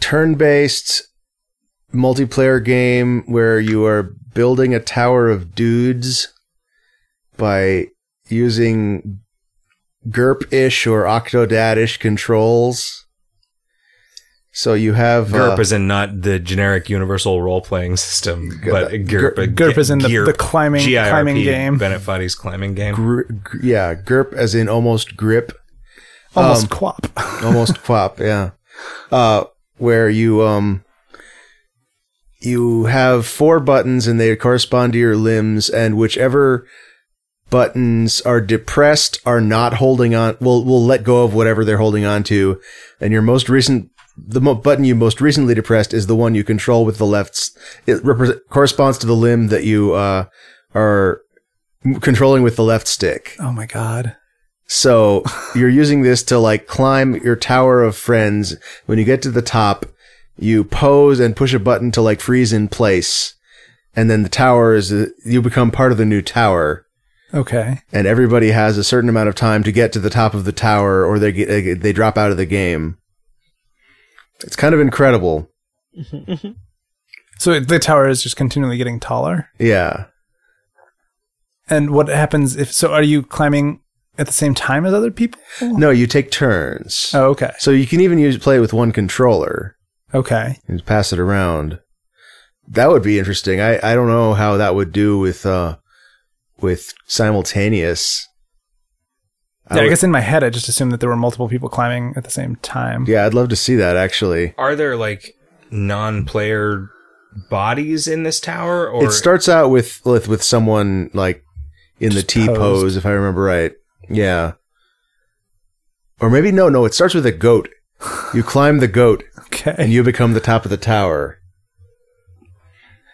turn-based multiplayer game where you are building a tower of dudes by using GURP ish or Octodad ish controls. So you have uh, GURP is in not the generic universal role playing system, Gu- but uh, GURP, GURP is in the, GURP, the climbing GIRP, climbing game, Bennett Foddy's climbing game. gr- gr- yeah GURP as in almost grip, almost um, quap. almost quap, yeah. Uh, where you um you have four buttons and they correspond to your limbs, and whichever buttons are depressed are not holding on will will let go of whatever they're holding on to, and your most recent the mo- button you most recently depressed is the one you control with the left. s- It repre- corresponds to the limb that you uh, are m- controlling with the left stick. oh my god. So you're using this to like climb your tower of friends. When you get to the top, you pose and push a button to like freeze in place. And then the tower is, uh, you become part of the new tower. Okay. And everybody has a certain amount of time to get to the top of the tower or they get, they drop out of the game. It's kind of incredible. So the tower is just continually getting taller. Yeah. And what happens if so are you climbing at the same time as other people? No, you take turns. Oh, okay. So you can even use play with one controller. Okay. and pass it around. That would be interesting. I, I don't know how that would do with uh with simultaneous. I Yeah, I would- guess in my head I just assumed that there were multiple people climbing at the same time. yeah, I'd love to see that actually. Are there like non-player bodies in this tower, or it starts out with with, with someone like in the Just T posed. pose, if I remember right. Yeah. Or maybe no, no, it starts with a goat. You climb the goat and Okay. you become the top of the tower.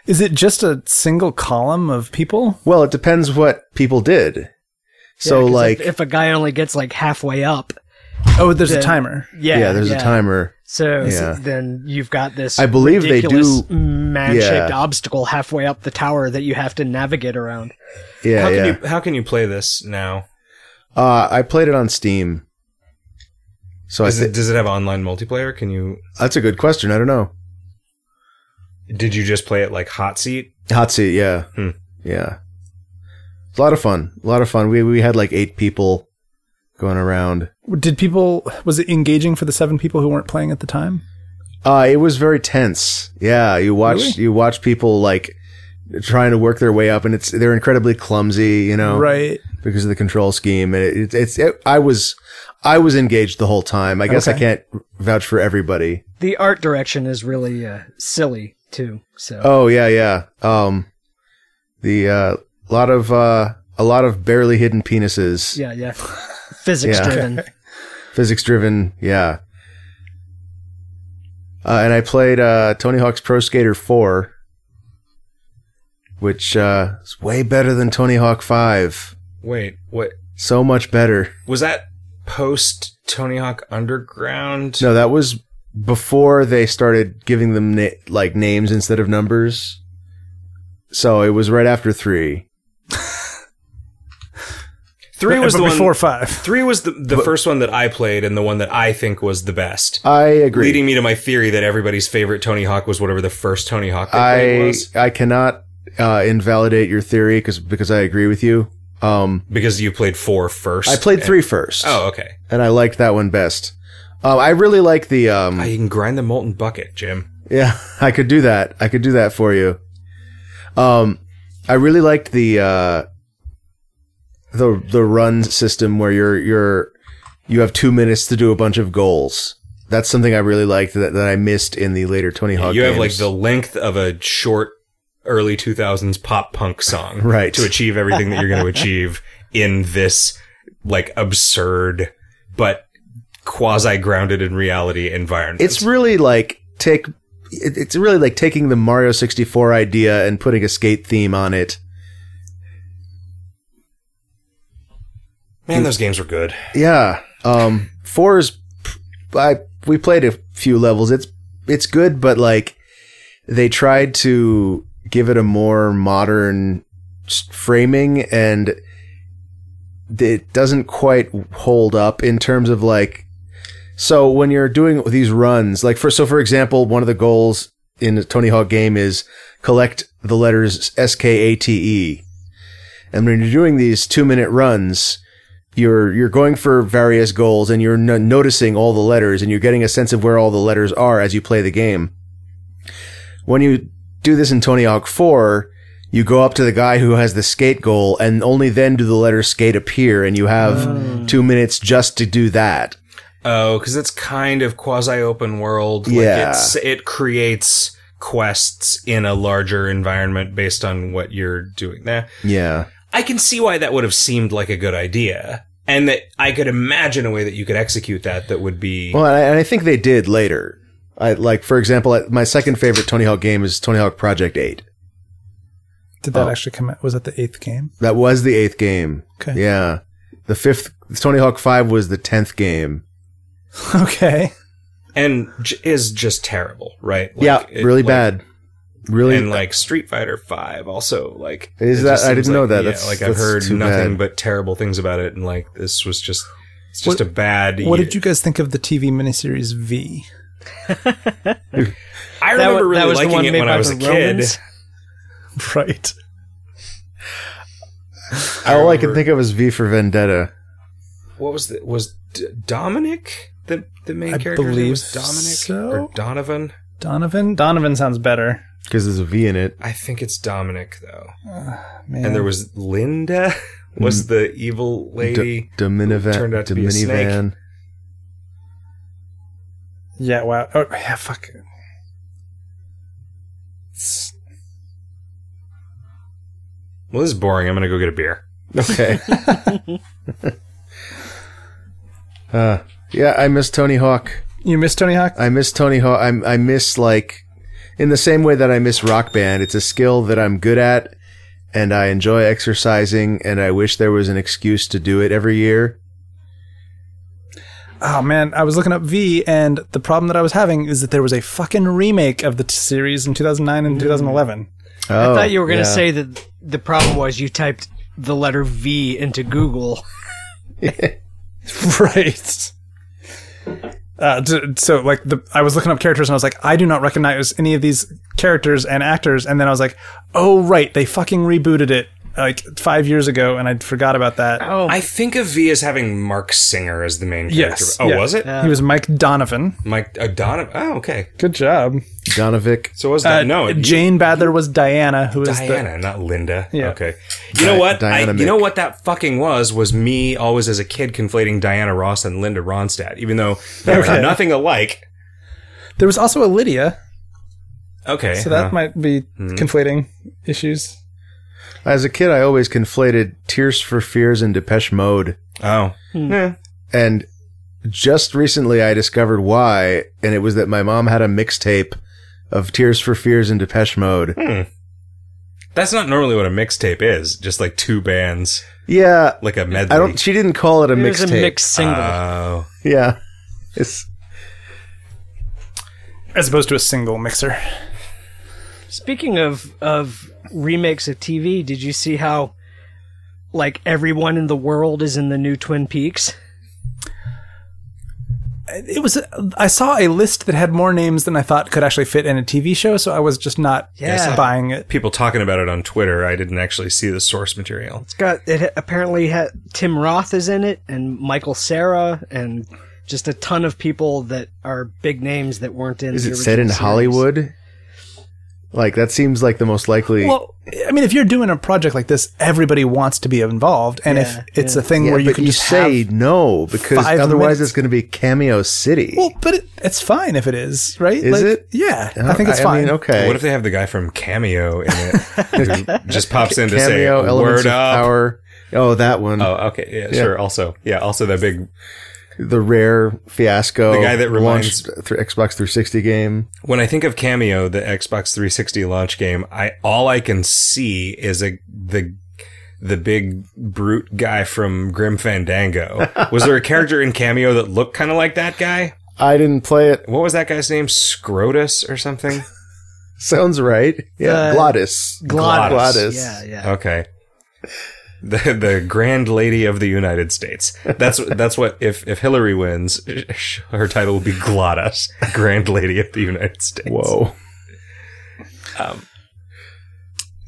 Is it just a single column of people? Well, it depends what people did. Yeah, So 'cause if- like if, a guy only gets like halfway up, Oh, there's Yeah. a timer. yeah, yeah, there's a timer. So Yeah. then you've got this. I believe they do- ridiculous man-shaped Yeah. obstacle halfway up the tower that you have to navigate around. Yeah, how can yeah. you how can you play this now? Uh, I played it on Steam. So Oh, I Is thi- it, does it have online multiplayer? Can you that's a good question. I don't know. did you just play it like hot seat? Hot seat, yeah, Hmm. yeah. It's a lot of fun. A lot of fun. We we had like eight people going around. Did people was it engaging for the seven people who weren't playing at the time? Uh, it was very tense. Yeah, you watch Really? you watch people like trying to work their way up, and it's they're incredibly clumsy, you know, Right. Because of the control scheme, and it, it's it's it, I was I was engaged the whole time. I guess I Okay. can't vouch for everybody. The art direction is really uh, silly too. So Oh yeah, yeah. Um, the uh, lot of uh, a lot of barely hidden penises, yeah, yeah, physics Yeah. driven. physics driven. Yeah. Uh, and I played uh, Tony Hawk's Pro Skater Four, which uh, is way better than Tony Hawk Five. Wait, what So much better. was that post Tony Hawk Underground? No, that was before they started giving them na- like names instead of numbers. So it was right after three. Three was but the one before five. Three was the, the first one that I played and the one that I think was the best. I agree. Leading me to my theory that everybody's favorite Tony Hawk was whatever the first Tony Hawk they played I was. I cannot uh, invalidate your theory because because I agree with you. Um, Because you played four first. I played three Mm. first, Oh, okay. and I liked that one best. Um, I really like the um, Ah, you can grind the molten bucket, Jim. yeah. I could do that. I could do that for you. Um, I really liked the uh, the the run system where you're you're you have two minutes to do a bunch of goals. That's something I really liked that, that I missed in the later Tony Hawk. you have like games. the length of a short early 2000s pop punk song Right. to achieve everything that you're going to achieve in this like absurd but quasi grounded in reality environment. It's really like take. it- It's really like taking the Mario sixty four idea and putting a skate theme on it. Man, those games were good. Yeah. Um. Four is. I we played a few levels. It's it's good, but like they tried to give it a more modern s- framing, and it doesn't quite hold up in terms of like. So when you're doing these runs, like for so for example, one of the goals in a Tony Hawk game is collect the letters S K A T E, and when you're doing these two minute runs, you're you're going for various goals and you're no- noticing all the letters and you're getting a sense of where all the letters are as you play the game. When you do this in Tony Hawk 4, you go up to the guy who has the skate goal and only then do the letters skate appear and you have 2 minutes just to do that. Oh, because it's kind of quasi open world. Like Yeah. it's, it creates quests in a larger environment based on what you're doing. Nah, Yeah. I can see why that would have seemed like a good idea, and that I could imagine a way that you could execute that that would be. Well, and I, and I think they did later. I like for example, I- my second favorite Tony Hawk game is Tony Hawk Project 8. Did that Oh. actually come out? Was that the eighth game? That was the 8th game. Okay. Yeah. The 5th Tony Hawk 5 was the 10th game. Okay. and j- is just terrible, right? Like, yeah, it- really like- bad. Really, And like Street Fighter Five, also like Is it that- just I seems didn't know like- that. Yeah, That's- like I've that's heard too nothing bad. but terrible things about it, and like this was just it's just a bad. What did you guys think of the TV miniseries V? I That remember wa- that really was the liking one it made when by I was a the kid. Romans? Right. all I can remember- think of is V for Vendetta. What was the was D- Dominic the the main I character? believe was Dominic so. or Donovan? Donovan. Donovan sounds better. Because there's a V in it. I think it's Dominic though. Man. And there was Linda was the evil lady. Mm. D- Dominivan. turned out to be a snake. Dominivan. yeah. Wow. Oh yeah. Fuck. S- well, this is boring. I'm gonna go get a beer. Okay. uh, yeah, I miss Tony Hawk. You missed Tony Hawk. I miss Tony Hawk. I, I miss like, in the same way that I miss Rock Band. It's a skill that I'm good at, and I enjoy exercising. And I wish there was an excuse to do it every year. Oh man, I was looking up V, and the problem that I was having is that there was a fucking remake of the t- series in 2009 and 2011. Oh, I thought you were going to yeah. say that the problem was you typed the letter V into Google. right. Uh, d- so like the I was looking up characters and I was like I do not recognize any of these characters and actors and then I was like oh right they fucking rebooted it like 5 years ago and I forgot about that Oh, I think of V as having Mark Singer as the main character. Yes, Oh, yeah. was it? he was Mike Donovan Mike uh, Donovan. Oh, okay. good job Donovic. So was uh, that no it- Jane Badler was Diana who was the Diana, not Linda. Yeah. Okay. You know what? I, Diana you know Mick. what that fucking was was me always as a kid conflating Diana Ross and Linda Ronstadt, even though they Okay. were nothing alike. there was also a Lydia Okay. so that huh. might be conflating issues As a kid, I always conflated Tears for Fears and Depeche Mode. Oh. Hmm. Yeah. And just recently, I discovered why, and it was that my mom had a mixtape of Tears for Fears and Depeche Mode. That's not normally what a mixtape is. Just like two bands, Yeah, like a medley. I don't. She didn't call it a it was a mixtape. mixed single. Oh. yeah, it's as opposed to a single mixer Speaking of of remakes of TV, did you see how like everyone in the world is in the new Twin Peaks? it was I saw a list that had more names than I thought could actually fit in a TV show, so I was just not Yeah. buying it. People talking about it on Twitter. I didn't actually see the source material. It's got it ha- apparently ha- Tim Roth is in it and Michael Sarah and just a ton of people that are big names that weren't in. is the it set in original series. Hollywood? Like that seems like the most likely. Well, I mean, if you're doing a project like this, everybody wants to be involved, and Yeah, if it's yeah. a thing Yeah, where you but can you just say have, no because five otherwise minutes. it's going to be Cameo City. well, but it, it's fine if it is, right? Is it? Yeah, I think it's Uh, I fine. mean, okay. What if they have the guy from Cameo in it who just pops in to say, Cameo Elements word of up? Power? Oh, that one. Oh, okay. Yeah, sure. Also, yeah, also that big the rare fiasco. The guy that reminds- launched through Xbox 360 game. When I think of Cameo, the Xbox 360 launch game, I all I can see is a the the big brute guy from Grim Fandango. Was there a character in Cameo that looked kind of like that guy? I didn't play it. What was that guy's name? Scrotus or something? Sounds right. Yeah, Uh, Glottis. Glottis. Glottis. Yeah, yeah. Okay. The the Grand Lady of the United States. That's that's what if if Hillary wins, her title will be Glottis, Grand Lady of the United States. Whoa.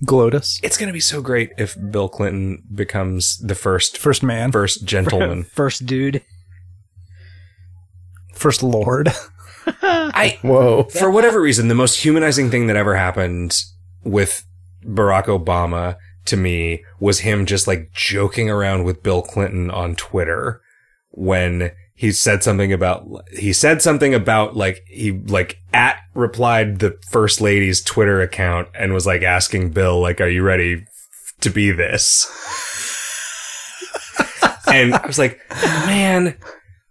Glotus, It's going to be so great if Bill Clinton becomes the first first man, first gentleman. First dude. first lord. I Whoa. for whatever reason the most humanizing thing that ever happened with Barack Obama to me was him just like joking around with Bill Clinton on Twitter when he said something about he said something about like he like at replied the first lady's Twitter account and was like asking Bill like are you ready to be this and I was like man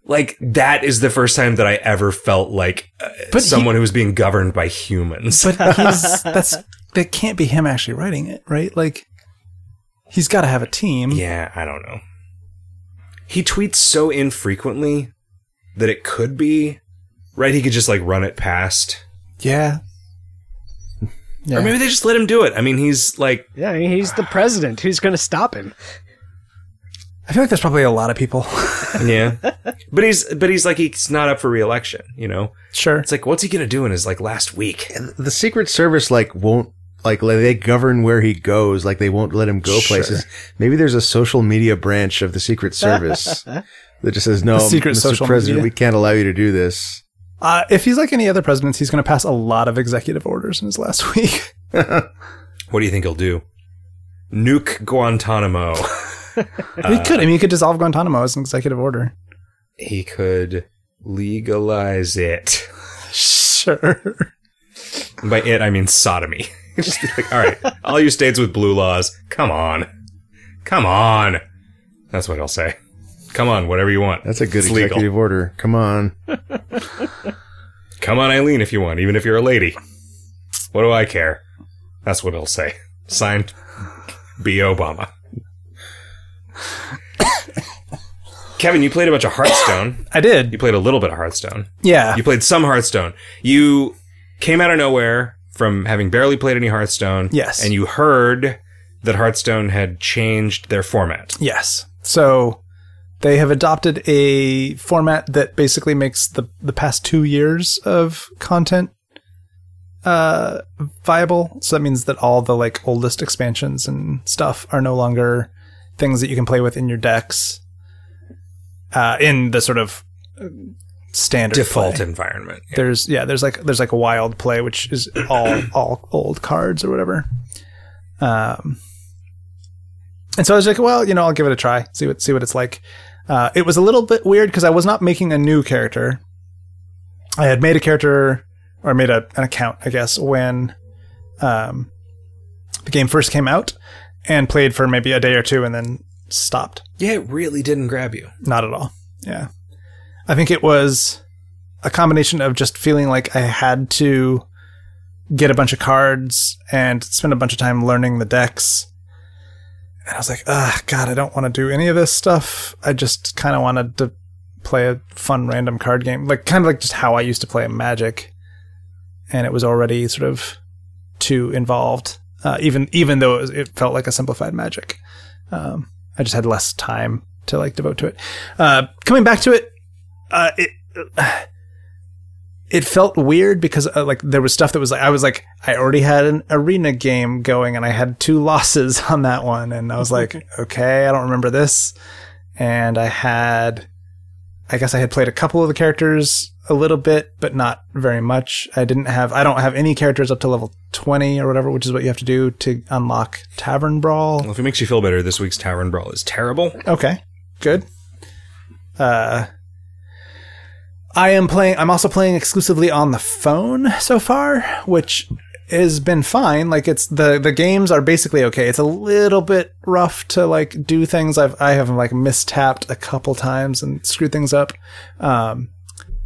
like that is the first time that I ever felt like uh, But he- someone who was being governed by humans But he's that's that can't be him actually writing it, right? Like he's got to have a team. Yeah, I don't know. He tweets so infrequently that it could be right. He could just like run it past, yeah. Yeah. or maybe they just let him do it. I mean, he's like, Yeah, I mean, he's the president. Who's going to stop him? I feel like there's probably a lot of people. yeah, but he's but he's like he's not up for reelection. You know, sure. it's like what's he gonna do in his like last week? The Secret Service like won't like let- they govern where he goes. Like they won't let him go Sure. places. Maybe there's a social media branch of the Secret Service that just says, "No, The secret Mr. social President, media. we can't allow you to do this." Uh, if he's like any other presidents, he's going to pass a lot of executive orders in his last week. What do you think he'll do? Nuke Guantanamo. Uh, he could. I mean, he could dissolve Guantanamo as an executive order. he could legalize it. Sure. By it, I mean sodomy. Just be like, all right, all you states with blue laws, come on, come on. That's what I'll say. Come on, whatever you want. That's a good It's legal. executive order. Come on. Come on, Eileen, if you want, even if you're a lady. What do I care? That's what it'll say. Signed, B. Obama. Kevin, you played a bunch of Hearthstone. I did. You played a little bit of Hearthstone. Yeah. You played some Hearthstone. You came out of nowhere from having barely played any Hearthstone. Yes. And you heard that Hearthstone had changed their format. Yes. So they have adopted a format that basically makes the the past two years of content uh, viable. So that means that all the like oldest expansions and stuff are no longer things that you can play with in your decks. Uh, in the sort of uh, standard Default play. environment. there's yeah there's like there's like a wild play which is all all old cards or whatever um and so i was like well you know i'll give it a try see what see what it's like uh it was a little bit weird because i was not making a new character i had made a character or made a, an account i guess when um the game first came out and played for maybe a day or two and then stopped Yeah, it really didn't grab you. not at all. Yeah. I think it was a combination of just feeling like I had to get a bunch of cards and spend a bunch of time learning the decks. And I was like, ah, God, I don't want to do any of this stuff. I just kind of wanted to play a fun random card game, like kind of like just how I used to play Magic. And it was already sort of too involved, uh, even even though it, was, it felt like a simplified Magic. Um, I just had less time to like devote to it. Uh, coming back to it, uh, it it felt weird because uh, like there was stuff that was like I was like I already had an arena game going and I had two losses on that one and I was like okay I don't remember this and I had I guess I had played a couple of the characters a little bit but not very much I didn't have I don't have any characters up to level 20 or whatever which is what you have to do to unlock tavern brawl Well, if it makes you feel better, this week's Tavern Brawl is terrible. Okay, good. Uh, I am playing. I'm also playing exclusively on the phone so far, which has been fine. Like it's the the games are basically okay. It's a little bit rough to like do things. I've I have like mistapped a couple times and screwed things up. Um,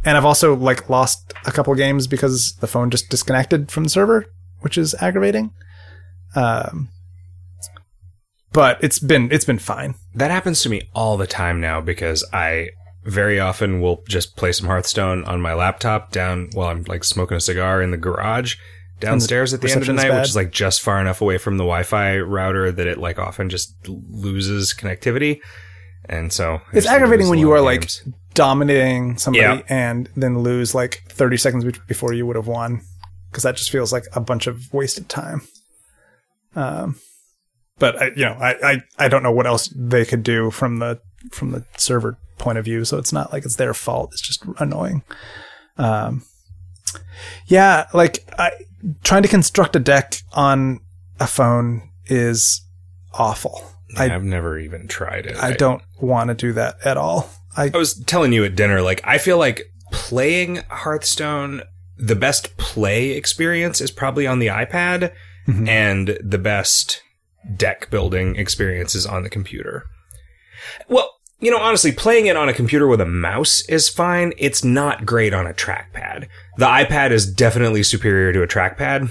and I've also like lost a couple games because the phone just disconnected from the server, which is aggravating. Um, but it's been it's been fine. That happens to me all the time now because I very often will just play some Hearthstone on my laptop down while I'm like smoking a cigar in the garage downstairs at the end of the reception's night, bad. which is like just far enough away from the Wi-Fi router that it like often just l- loses connectivity. And so I It's just, like, aggravating lose when a lot you of are, like, games. dominating somebody Yeah. and then lose like 30 seconds be- before you would have won because that just feels like a bunch of wasted time. Um, but I, you know, I, I, I don't know what else they could do from the from the server point of view. So it's not like it's their fault. It's just annoying. Um, yeah, like I, trying to construct a deck on a phone is awful. I, I have never even tried it. I don't want to do that at all. I I was telling you at dinner, like I feel like playing Hearthstone, the best play experience is probably on the iPad, Mhm. and the best deck building experience is on the computer. Well, you know, honestly, playing it on a computer with a mouse is fine. It's not great on a trackpad. The iPad is definitely superior to a trackpad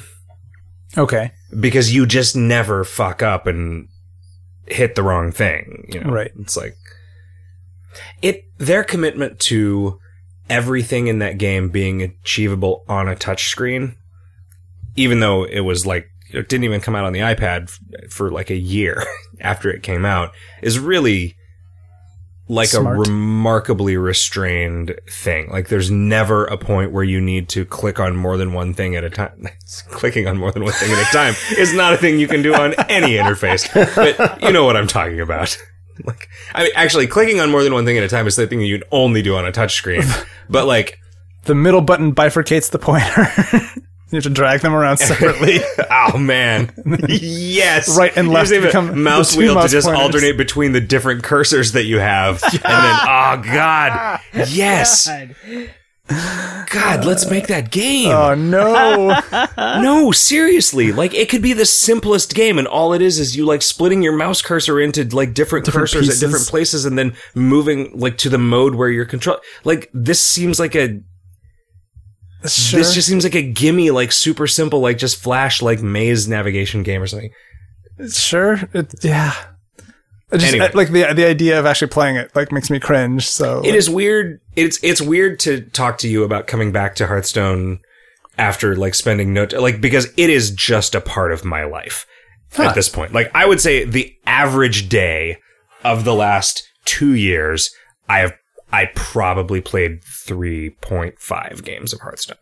okay, because you just never fuck up and hit the wrong thing. You know? Right. It's like it their commitment to everything in that game being achievable on a touchscreen, even though it was like it didn't even come out on the iPad f- for like a year after it came out, is really like Smart. a remarkably restrained thing. Like there's never a point where you need to click on more than one thing at a time. Clicking on more than one thing at a time is not a thing you can do on any interface. But you know what I'm talking about. Like I mean actually clicking on more than one thing at a time is the thing that you'd only do on a touchscreen. But like the middle button bifurcates the pointer. you have to drag them around separately. oh man. yes. Right and You left just have a become the mouse two wheel mouse to just pointers. alternate between the different cursors that you have. and then oh god. Yes. God. God, let's make that game. oh no! Uh, no, seriously. Like it could be the simplest game and all it is is you like splitting your mouse cursor into like different, Different cursors pieces. at different places and then moving like to the mode where you're control like this seems like a Sure. this just seems like a gimme like super simple like just flash like maze navigation game or something. Sure. It, yeah. I Just, Anyway. I- like the the idea of actually playing it like makes me cringe. So It is weird. It's it's weird to talk to you about coming back to Hearthstone after like spending no like because it is just a part of my life at this point. Like I would say the average day of the last 2 years I have I probably played 3.5 games of Hearthstone.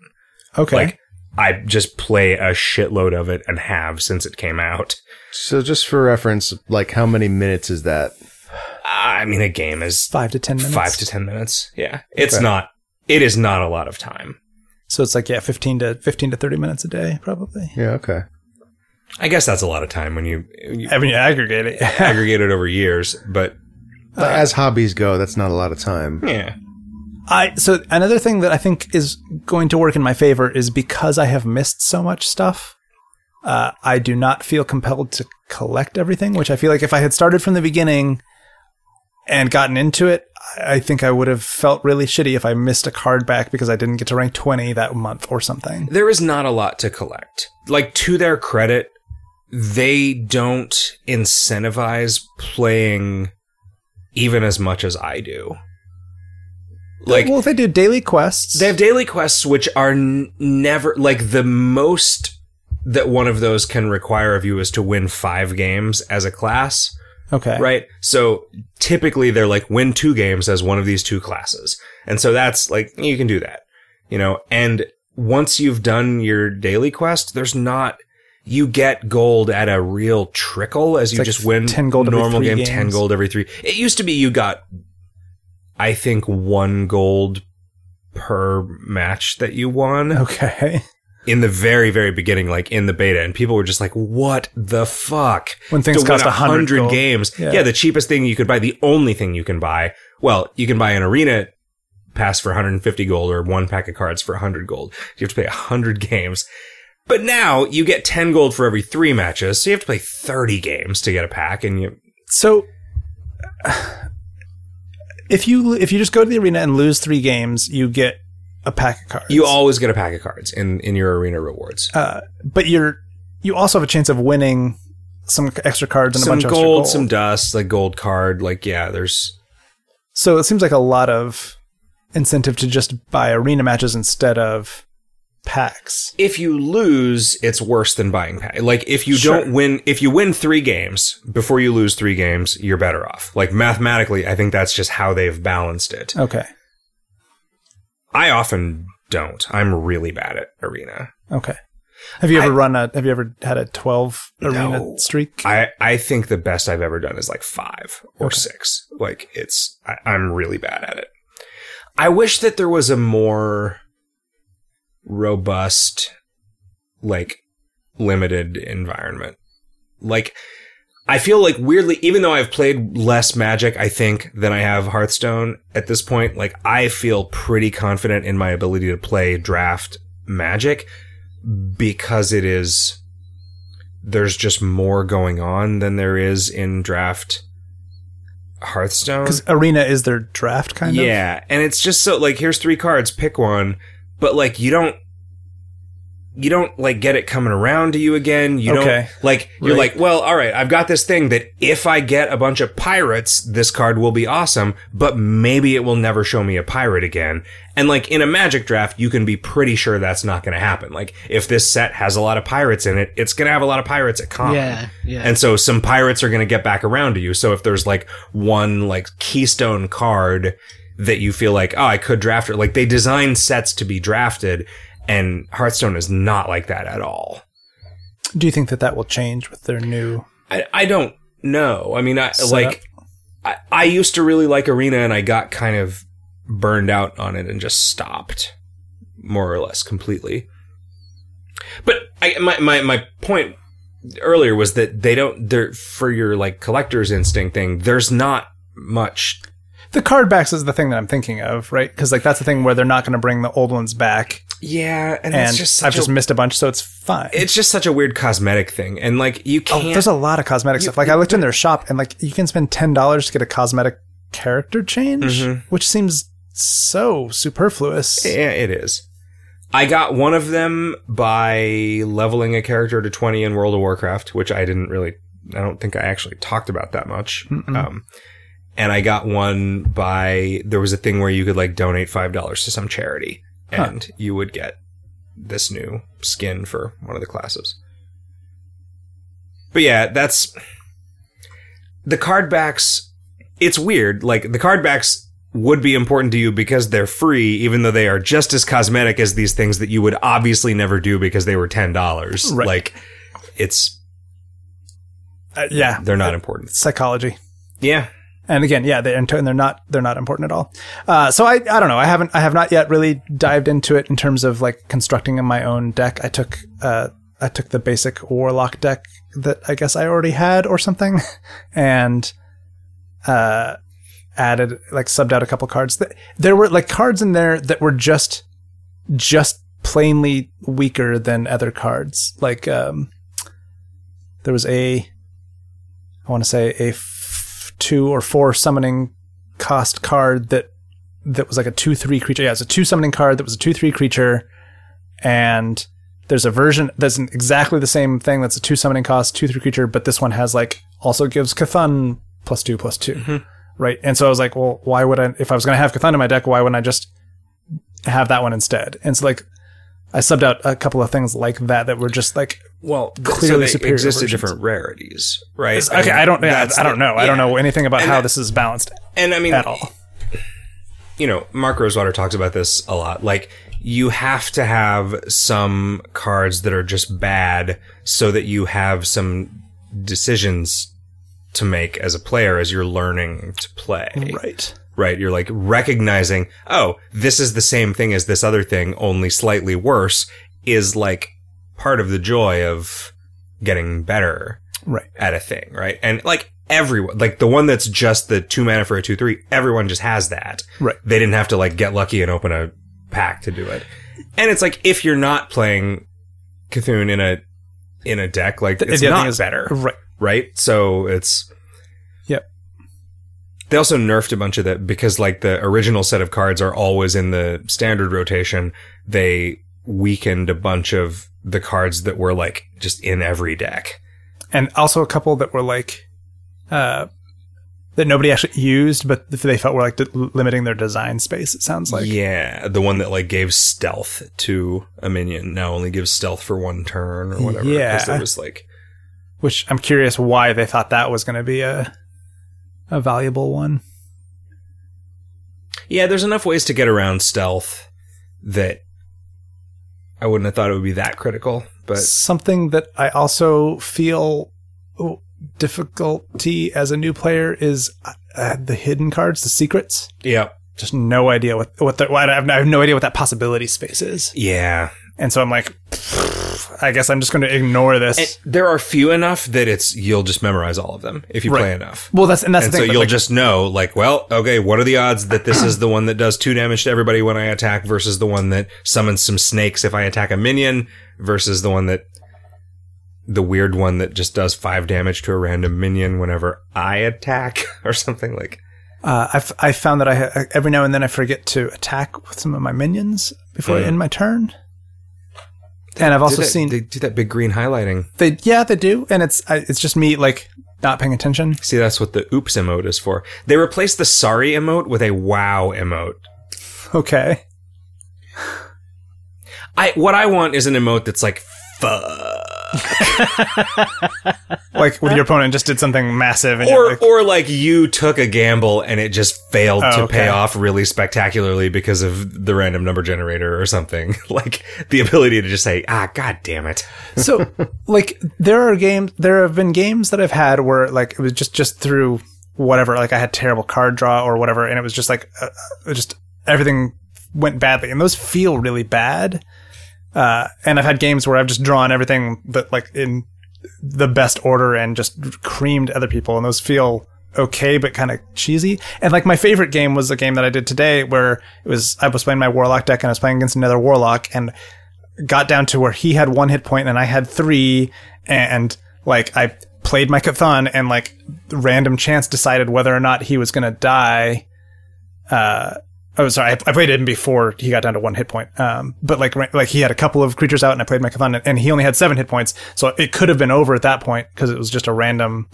okay. Like I just play a shitload of it and have since it came out. So just for reference, like how many minutes is that? I mean a game is five to ten minutes. 5 to 10 minutes. Yeah. It's not it is not a lot of time. So it's like yeah, fifteen to fifteen to thirty minutes a day probably. Yeah, okay. I guess that's a lot of time when you, you I mean, you aggregate it. aggregate it over years, but Uh, But As hobbies go, that's not a lot of time. yeah. I so another thing that I think is going to work in my favor is because I have missed so much stuff. Uh, I do not feel compelled to collect everything, which I feel like if I had started from the beginning and gotten into it, I I think I would have felt really shitty if I missed a card back because I didn't get to rank twenty that month or something. There is not a lot to collect. Like to their credit, they don't incentivize playing even as much as I do. Like well, they do daily quests. They have daily quests, which are n- never like the most that one of those can require of you is to win five games as a class. okay, right? So typically they're like win two games as one of these two classes. And so that's like you can do that. You know, and once you've done your daily quest, there's not you get gold at a real trickle as you like just win 10 gold every normal three game, games. 10 gold every 3. It used to be you got I think 1 gold per match that you won Okay, in the very very beginning like in the beta and people were just like what the fuck when things to win cost a hundred games. games. Yeah. Yeah. the cheapest thing you could buy, the only thing you can buy. Well, you can buy an arena pass for 150 gold or one pack of cards for 100 gold. You have to play 100 games. But now you get 10 gold for every three matches, so you have to play 30 games to get a pack, and you So, if you if you just go to the arena and lose three games, you get a pack of cards. you always get a pack of cards in in your arena rewards. uh, but you're you also have a chance of winning some extra cards and a Some bunch gold, of extra gold. some dust, like gold card, like yeah, there's so it seems like a lot of incentive to just buy arena matches instead of packs. if you lose, it's worse than buying pack. Like if you Sure. don't win, if you win three games before you lose three games, you're better off. Like mathematically, I think that's just how they've balanced it. Okay. I often don't. I'm really bad at arena. Okay. Have you ever run a? Have you ever had a twelve arena No. streak? I, I think the best I've ever done is like five or Okay. six. Like it's, I, I'm really bad at it. I wish that there was a more robust, like limited environment. Like I feel like weirdly, even though I've played less magic, I think than I have Hearthstone at this point, like I feel pretty confident in my ability to play draft magic because it is there's just more going on than there is in draft Hearthstone. Because arena is their draft kind of. yeah, and it's just so like here's three cards, pick one, but like you don't you don't like get it coming around to you again. You Okay. don't like you're Right. like, well, all right, I've got this thing that if I get a bunch of pirates, this card will be awesome, but maybe it will never show me a pirate again. And like in a magic draft, you can be pretty sure that's not going to happen. Like if this set has a lot of pirates in it, it's going to have a lot of pirates at con. yeah, yeah. And so some pirates are going to get back around to you. So if there's like one like keystone card that you feel like, oh, I could draft it, like they design sets to be drafted and Hearthstone is not like that at all. Do you think that that will change with their new? I, I don't know. I mean, I Set up. like, I, I used to really like Arena and I got kind of burned out on it and just stopped more or less completely. But I, my, my, my point earlier was that they don't, they're for your like collector's instinct thing, there's not much. The card backs is the thing that I'm thinking of, right? Because like that's the thing where they're not going to bring the old ones back, Yeah. And, and it's just I've such just a, missed a bunch, so it's fine. it's just such a weird cosmetic thing. And like, you Oh, can't. there's a lot of cosmetic stuff. Like I looked in their shop, and like you can spend ten dollars to get a cosmetic character change, Mhm. which seems so superfluous. Yeah, it is. I got one of them by leveling a character to 20 in World of Warcraft, which I didn't really, I don't think I actually talked about that much. Mm-mm. Um, and I got one by, there was a thing where you could like donate $5 to some charity Huh. and you would get this new skin for one of the classes. But yeah, that's the card backs. It's weird. Like the card backs would be important to you because they're free, even though they are just as cosmetic as these things that you would obviously never do because they were ten dollars. Right. Like it's Uh, yeah, they're not important. psychology. Yeah. And again, yeah, they and they're not they're not important at all. Uh, so I I don't know. I haven't I have not yet really dived into it in terms of like constructing my own deck. I took uh I took the basic warlock deck that I guess I already had or something, and uh added like subbed out a couple cards. Th- There were like cards in there that were just just plainly weaker than other cards. Like um there was a I want to say a f- two or four summoning cost card that that was like a two three creature. Yeah, it's a two summoning card that was a two three creature, and there's a version that's an- exactly the same thing. That's a two summoning cost two three creature, but this one has like also gives Cthulhu plus two plus two, Mm-hmm. right? And so I was like, well, why would I? If I was going to have Cthulhu in my deck, why wouldn't I just have that one instead? And so like. I subbed out a couple of things like that that were just like Well, Clearly so they superior existed versions. different rarities, right? okay. I don't. yeah, I don't know. I don't know. know anything about And how that- this is balanced And I mean, at all. you know, Mark Rosewater talks about this a lot. Like, you have to have some cards that are just bad so that you have some decisions to make as a player as you're learning to play. Right. Right. You're like recognizing, oh, this is the same thing as this other thing, only slightly worse, is like part of the joy of getting better Right. at a thing, right? And like everyone, like the one that's just the two mana for a two three, everyone just has that. Right. They didn't have to like get lucky and open a pack to do it. And it's like if you're not playing Cthulhu in a in a deck, like The- it's the other not thing is- better, Right. right? So it's Yep. They also nerfed a bunch of that because like the original set of cards are always in the standard rotation. They weakened a bunch of the cards that were like just in every deck. And also a couple that were like, uh, that nobody actually used, but they felt were like de- limiting their design space. It sounds like. yeah, the one that like gave stealth to a minion now only gives stealth for one turn or whatever. 'cause Yeah. there was like Which I'm curious why they thought that was going to be a a valuable one. yeah, there's enough ways to get around stealth that I wouldn't have thought it would be that critical. But something that I also feel oh, difficulty as a new player is uh, the hidden cards, the secrets. yeah, Just no idea what what the, I have I have no idea what that possibility space is, yeah. and so I'm like, I guess I'm just going to ignore this. And there are few enough that it's you'll just memorize all of them if you play Right. enough. well, that's and that's and the so thing. but, you'll like, just know, like, well, okay, what are the odds that this is the one that does two damage to everybody when I attack versus the one that summons some snakes if I attack a minion versus the one that the weird one that just does five damage to a random minion whenever I attack or something like. Uh, I've I found that I ha- every now and then I forget to attack with some of my minions before I Yeah. end my turn. And I've also Do that- seen they do that big green highlighting. they yeah they do, and it's I, it's just me like not paying attention. See, that's what the oops emote is for. They replaced the sorry emote with a wow emote. Okay, I what I want is an emote that's like fuck. like with your opponent just did something massive, and or you're like, or like you took a gamble and it just failed Oh, to okay. pay off really spectacularly because of the random number generator or something like the ability to just say ah god damn it so like there are games there have been games that I've had where like it was just just through whatever like I had terrible card draw or whatever, and it was just like uh, uh, just everything went badly, and those feel really bad. Uh, and I've had games where I've just drawn everything that like in the best order and just creamed other people, and those feel okay but kind of cheesy. And like my favorite game was a game that I did today where it was I was playing my warlock deck and I was playing against another warlock and got down to where he had one hit point and I had three, and like I played my Cthon and like random chance decided whether or not he was gonna die. Uh, oh, sorry, I, I played him before he got down to one hit point. Um, but like ra- like he had a couple of creatures out, and I played my Cthon, and, and he only had seven hit points, so it could have been over at that point because it was just a random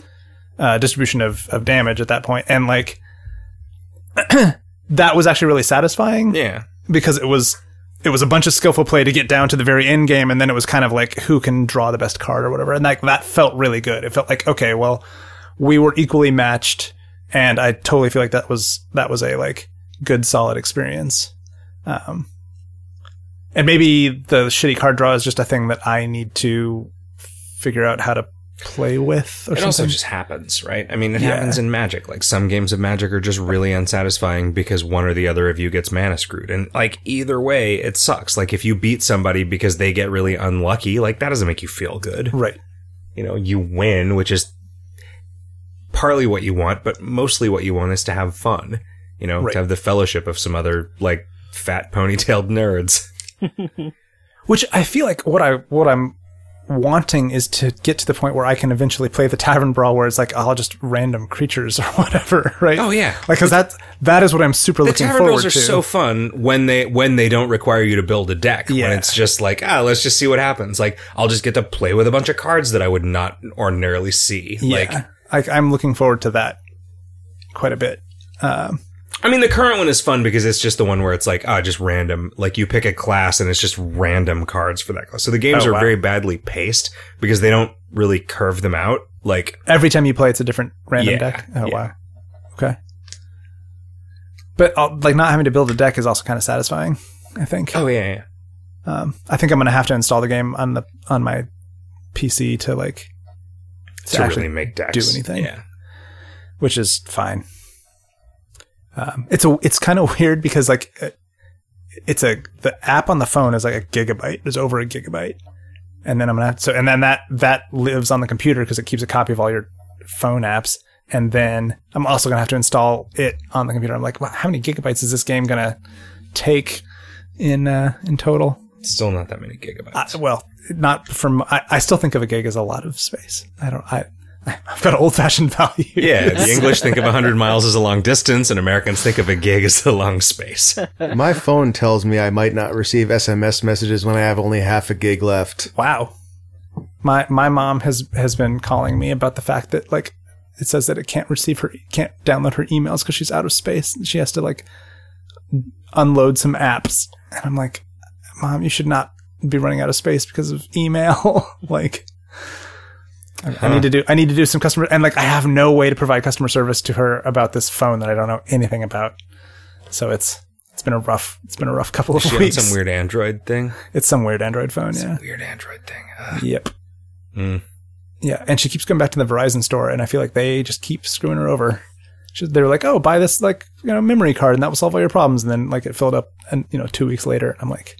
uh, distribution of of damage at that point, and like. that was actually really satisfying yeah because it was it was a bunch of skillful play to get down to the very end game and then it was kind of like who can draw the best card or whatever and like that felt really good it felt like okay well we were equally matched and i totally feel like that was that was a like good solid experience um and maybe the shitty card draw is just a thing that i need to figure out how to play with or it something also just happens right i mean it Yeah. happens in magic like some games of magic are just really unsatisfying because one or the other of you gets mana screwed and like either way it sucks like if you beat somebody because they get really unlucky like that doesn't make you feel good right you know, you win, which is partly what you want, but mostly what you want is to have fun, you know, Right. to have the fellowship of some other like fat ponytailed nerds. Which I feel like what I what I'm wanting is to get to the point where I can eventually play the tavern brawl where it's like I'll just random creatures or whatever, right? Oh, yeah. like because that that is what I'm super The looking tavern forward rolls to. are so fun when they when they don't require you to build a deck. Yeah. When it's just like, ah, let's just see what happens. Like, I'll just get to play with a bunch of cards that I would not ordinarily see. Like yeah, like I'm looking forward to that quite a bit. I mean, the current one is fun because it's just the one where it's like, ah, just random. Like you pick a class and it's just random cards for that class. So the games Oh, are wow. very badly paced because they don't really curve them out. Like, Every time you play, it's a different random Yeah, deck. Oh yeah. wow, okay. But uh, like not having to build a deck is also kind of satisfying. I think. oh yeah, yeah. Um, I think I'm gonna have to install the game on the on my PC to like to, actually really make decks do anything. Yeah, which is fine. Um, it's a it's kind of weird because like uh, it's a the app on the phone is like a gigabyte. It's over a gigabyte, and then I'm gonna have so and then that that lives on the computer because it keeps a copy of all your phone apps. And then I'm also gonna have to install it on the computer. I'm like, wow, how many gigabytes is this game gonna take in uh, in total? still not that many gigabytes. I, well, not from I, I still think of a gig as a lot of space. I don't I I've got old fashioned value. yeah, the English think of 100 miles as a long distance, and Americans think of a gig as a long space. My phone tells me I might not receive SMS messages when I have only half a gig left. Wow. My my mom has has been calling me about the fact that like it says that it can't receive her can't download her emails because she's out of space and she has to like unload some apps. And I'm like, Mom, you should not be running out of space because of email. like I- I need to do I need to do some customer and like I have no way to provide customer service to her about this phone that I don't know anything about. So it's It's been a rough. It's been a rough couple of She had weeks. some weird Android thing. it's some weird Android phone. Yeah. Weird Android thing. Ugh. Yep. Mm. Yeah, and she keeps going back to the Verizon store, and I feel like they just keep screwing her over. She, they were like, "Oh, buy this like you know memory card, and that will solve all your problems." And then like it filled up, and you know two weeks later, and I'm like,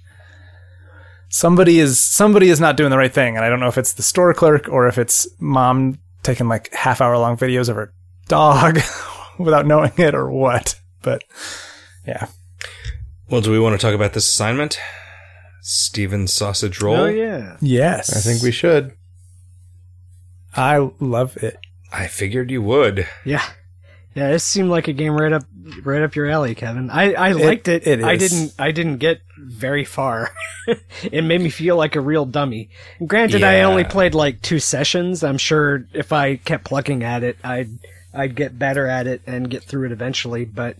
somebody is somebody is not doing the right thing, and I don't know if it's the store clerk or if it's mom taking like half hour long videos of her dog without knowing it or what. But yeah, Well, do we want to talk about this assignment? Steven sausage roll. Oh yeah. yes, I think we should. I love it. I figured you would. Yeah. Yeah, this seemed like a game right up right up your alley, Kevin. I, I liked it. it I is. didn't I didn't get very far. it made me feel like a real dummy. Granted I Yeah. only played like two sessions. I'm sure if I kept plucking at it I'd I'd get better at it and get through it eventually, but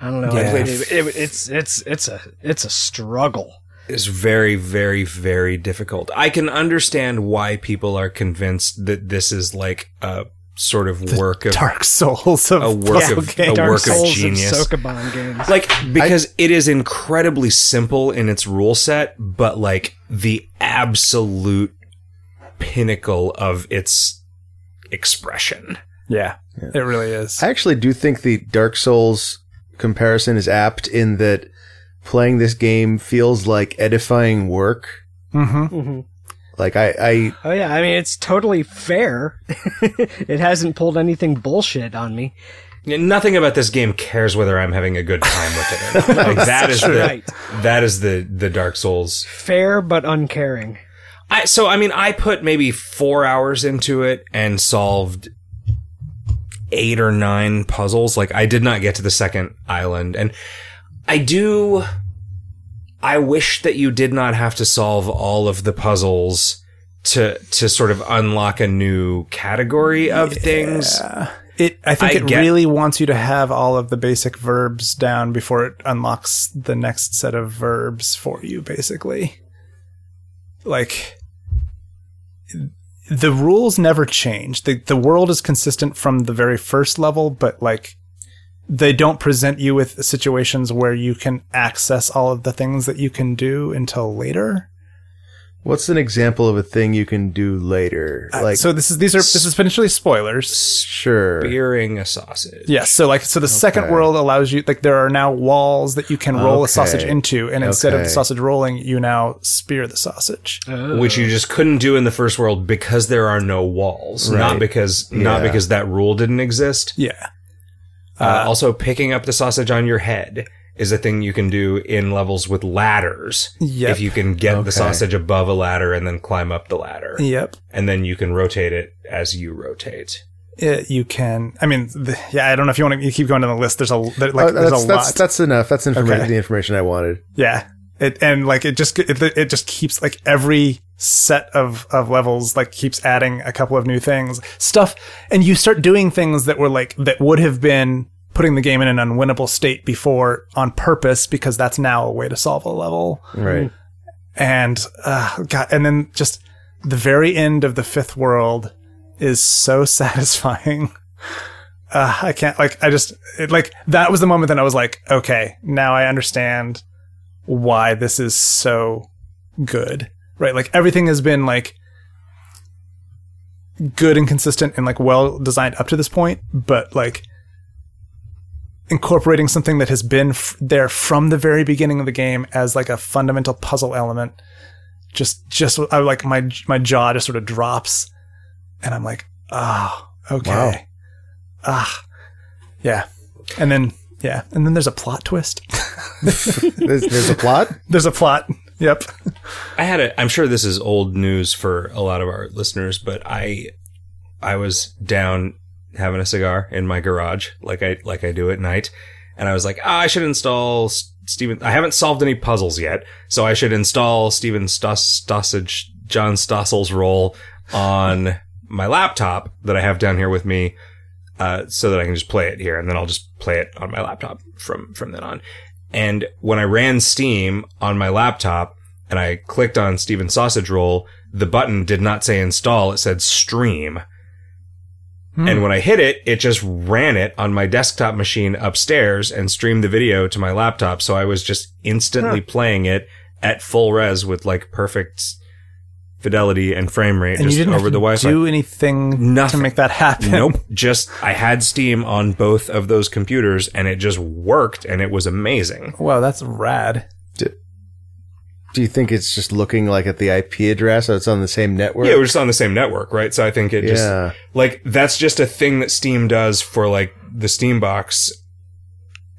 I don't know. Yeah. It, it- it- it's it's it's a it's a struggle. It's very, very, very difficult. I can understand why people are convinced that this is like a sort of work of Dark Souls of a work of puzzle a games. Dark work Souls of genius. Sokoban games. like because it is incredibly simple in its rule set but like the absolute pinnacle of its expression Yeah, it really is. I actually do think the Dark Souls comparison is apt in that playing this game feels like edifying work. mm-hmm. Mhm. Like I, I Oh yeah, I mean it's totally fair. it hasn't pulled anything bullshit on me. nothing about this game cares whether i'm having a good time with it or not. like that is the Right. that is the the dark souls Fair but uncaring. I, so I mean, I put maybe four hours into it and solved eight or nine puzzles. Like I did not get to the second island, and I do. I wish that you did not have to solve all of the puzzles to to sort of unlock a new category of things. Yeah. It, I think I it get- really wants you to have all of the basic verbs down before it unlocks the next set of verbs for you, basically. Like, the rules never change. The, the world is consistent from the very first level, but like, they don't present you with situations where you can access all of the things that you can do until later. what's an example of a thing you can do later? Like, like Uh, so this is these are this is potentially spoilers. sure. Spearing a sausage. Yes. So like so the second Okay. world allows you like there are now walls that you can roll a Okay. sausage into, and instead of the Okay. sausage rolling, you now spear the sausage. Which you just couldn't do in the first world because there are no walls, not Right. because not Yeah. because that rule didn't exist. Yeah. Uh, also, picking up the sausage on your head is a thing you can do in levels with ladders. Yep. If you can get Okay. the sausage above a ladder and then climb up the ladder, Yep. and then you can rotate it as you rotate. It, you can. I mean, the, yeah. I don't know if you want to you keep going down the list. There's a there, like Oh, there's that's, a that's lot. that's enough. That's informa- Okay. the information I wanted. yeah. It and like it just it, it just keeps like every set of of levels like keeps adding a couple of new things stuff and you start doing things that were like that would have been putting the game in an unwinnable state before on purpose because that's now a way to solve a level Right. and uh, God, and then just the very end of the fifth world is so satisfying. Uh, I can't like I just it, like that was the moment that I was like, okay, now I understand why this is so good, right? Like everything has been like good and consistent and like well designed up to this point, but like incorporating something that has been f- there from the very beginning of the game as like a fundamental puzzle element just just I like my my jaw just sort of drops and I'm like ah okay Wow. ah yeah and then yeah and then there's a plot twist There's, there's a plot. there's a plot yep I had a. I'm sure this is old news for a lot of our listeners, but I, I was down having a cigar in my garage, like I like I do at night, and I was like, ah, I should install S- Steven. I haven't solved any puzzles yet, so I should install Steven Stoss- Stossage John Stossel's role on my laptop that I have down here with me, uh, so that I can just play it here, and then I'll just play it on my laptop from from then on. And when I ran Steam on my laptop and I clicked on Steven Sausage Roll, the button did not say install, it said stream. Hmm. And when I hit it, it just ran it on my desktop machine upstairs and streamed the video to my laptop. So I was just instantly playing it at full res with like perfect fidelity and frame rate and you just didn't over have to the Wi Fi. do anything Nothing. to make that happen. Nope. Just I had Steam on both of those computers and it just worked and it was amazing. Wow, that's rad. Do you think it's just looking like at the IP address so it's on the same network? yeah, we're just on the same network, right? So I think it just Yeah. like that's just a thing that Steam does for like the Steam box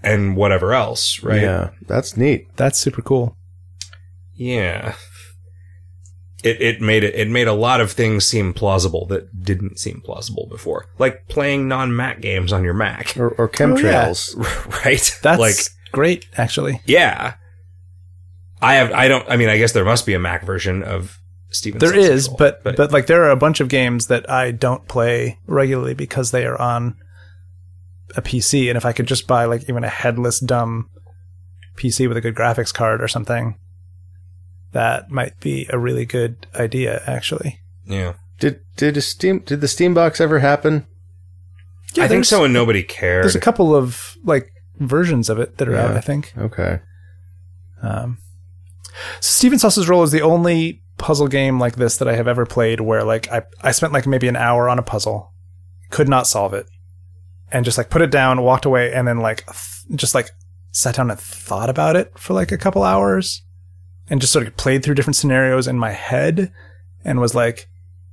and whatever else, right? Yeah. That's neat. That's super cool. Yeah. It it made it it made a lot of things seem plausible that didn't seem plausible before. Like playing non-Mac games on your Mac, Or, or chemtrails. right? That's like great, actually. yeah. I have I don't I mean I guess there must be a Mac version of Steven There Says is, Control, but, but like there are a bunch of games that I don't play regularly because they are on a PC, and if I could just buy like even a headless dumb PC with a good graphics card or something, that might be a really good idea, actually. yeah. Did did a Steam did the Steam box ever happen? I think there's- so and nobody cared. There's a couple of like versions of it that are out, Yeah. I think. Okay. Um, so Steven Suss's role is the only puzzle game like this that I have ever played where like I, I spent like maybe an hour on a puzzle, could not solve it, and just like put it down, walked away, and then like th- just like sat down and thought about it for like a couple hours, and just sort of played through different scenarios in my head, and was like,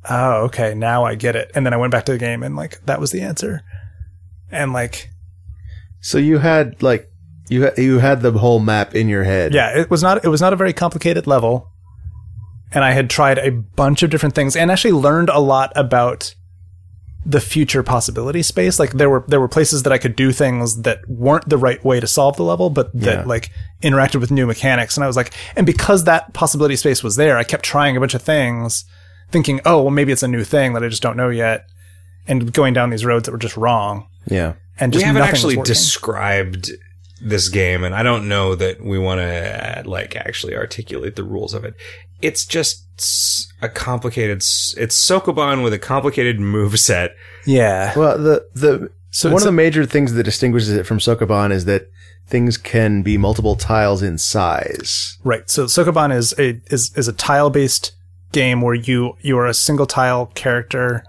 oh okay, now I get it, and then I went back to the game and like that was the answer, and like So you had like you ha- you had the whole map in your head. yeah it was not it was not a very complicated level and i had tried a bunch of different things and actually learned a lot about the future possibility space like there were there were places that i could do things that weren't the right way to solve the level but that Yeah. like interacted with new mechanics and i was like and because that possibility space was there i kept trying a bunch of things thinking oh well maybe it's a new thing that i just don't know yet and going down these roads that were just wrong Yeah. and we just haven't nothing was actually working. described this game and i don't know that we want to like actually articulate the rules of it it's just s- a complicated s- it's sokoban with a complicated move set yeah Well, the the so one it's of the major things that distinguishes it from Sokoban is that things can be multiple tiles in size. Right. So Sokoban is a is is a tile based game where you you are a single tile character,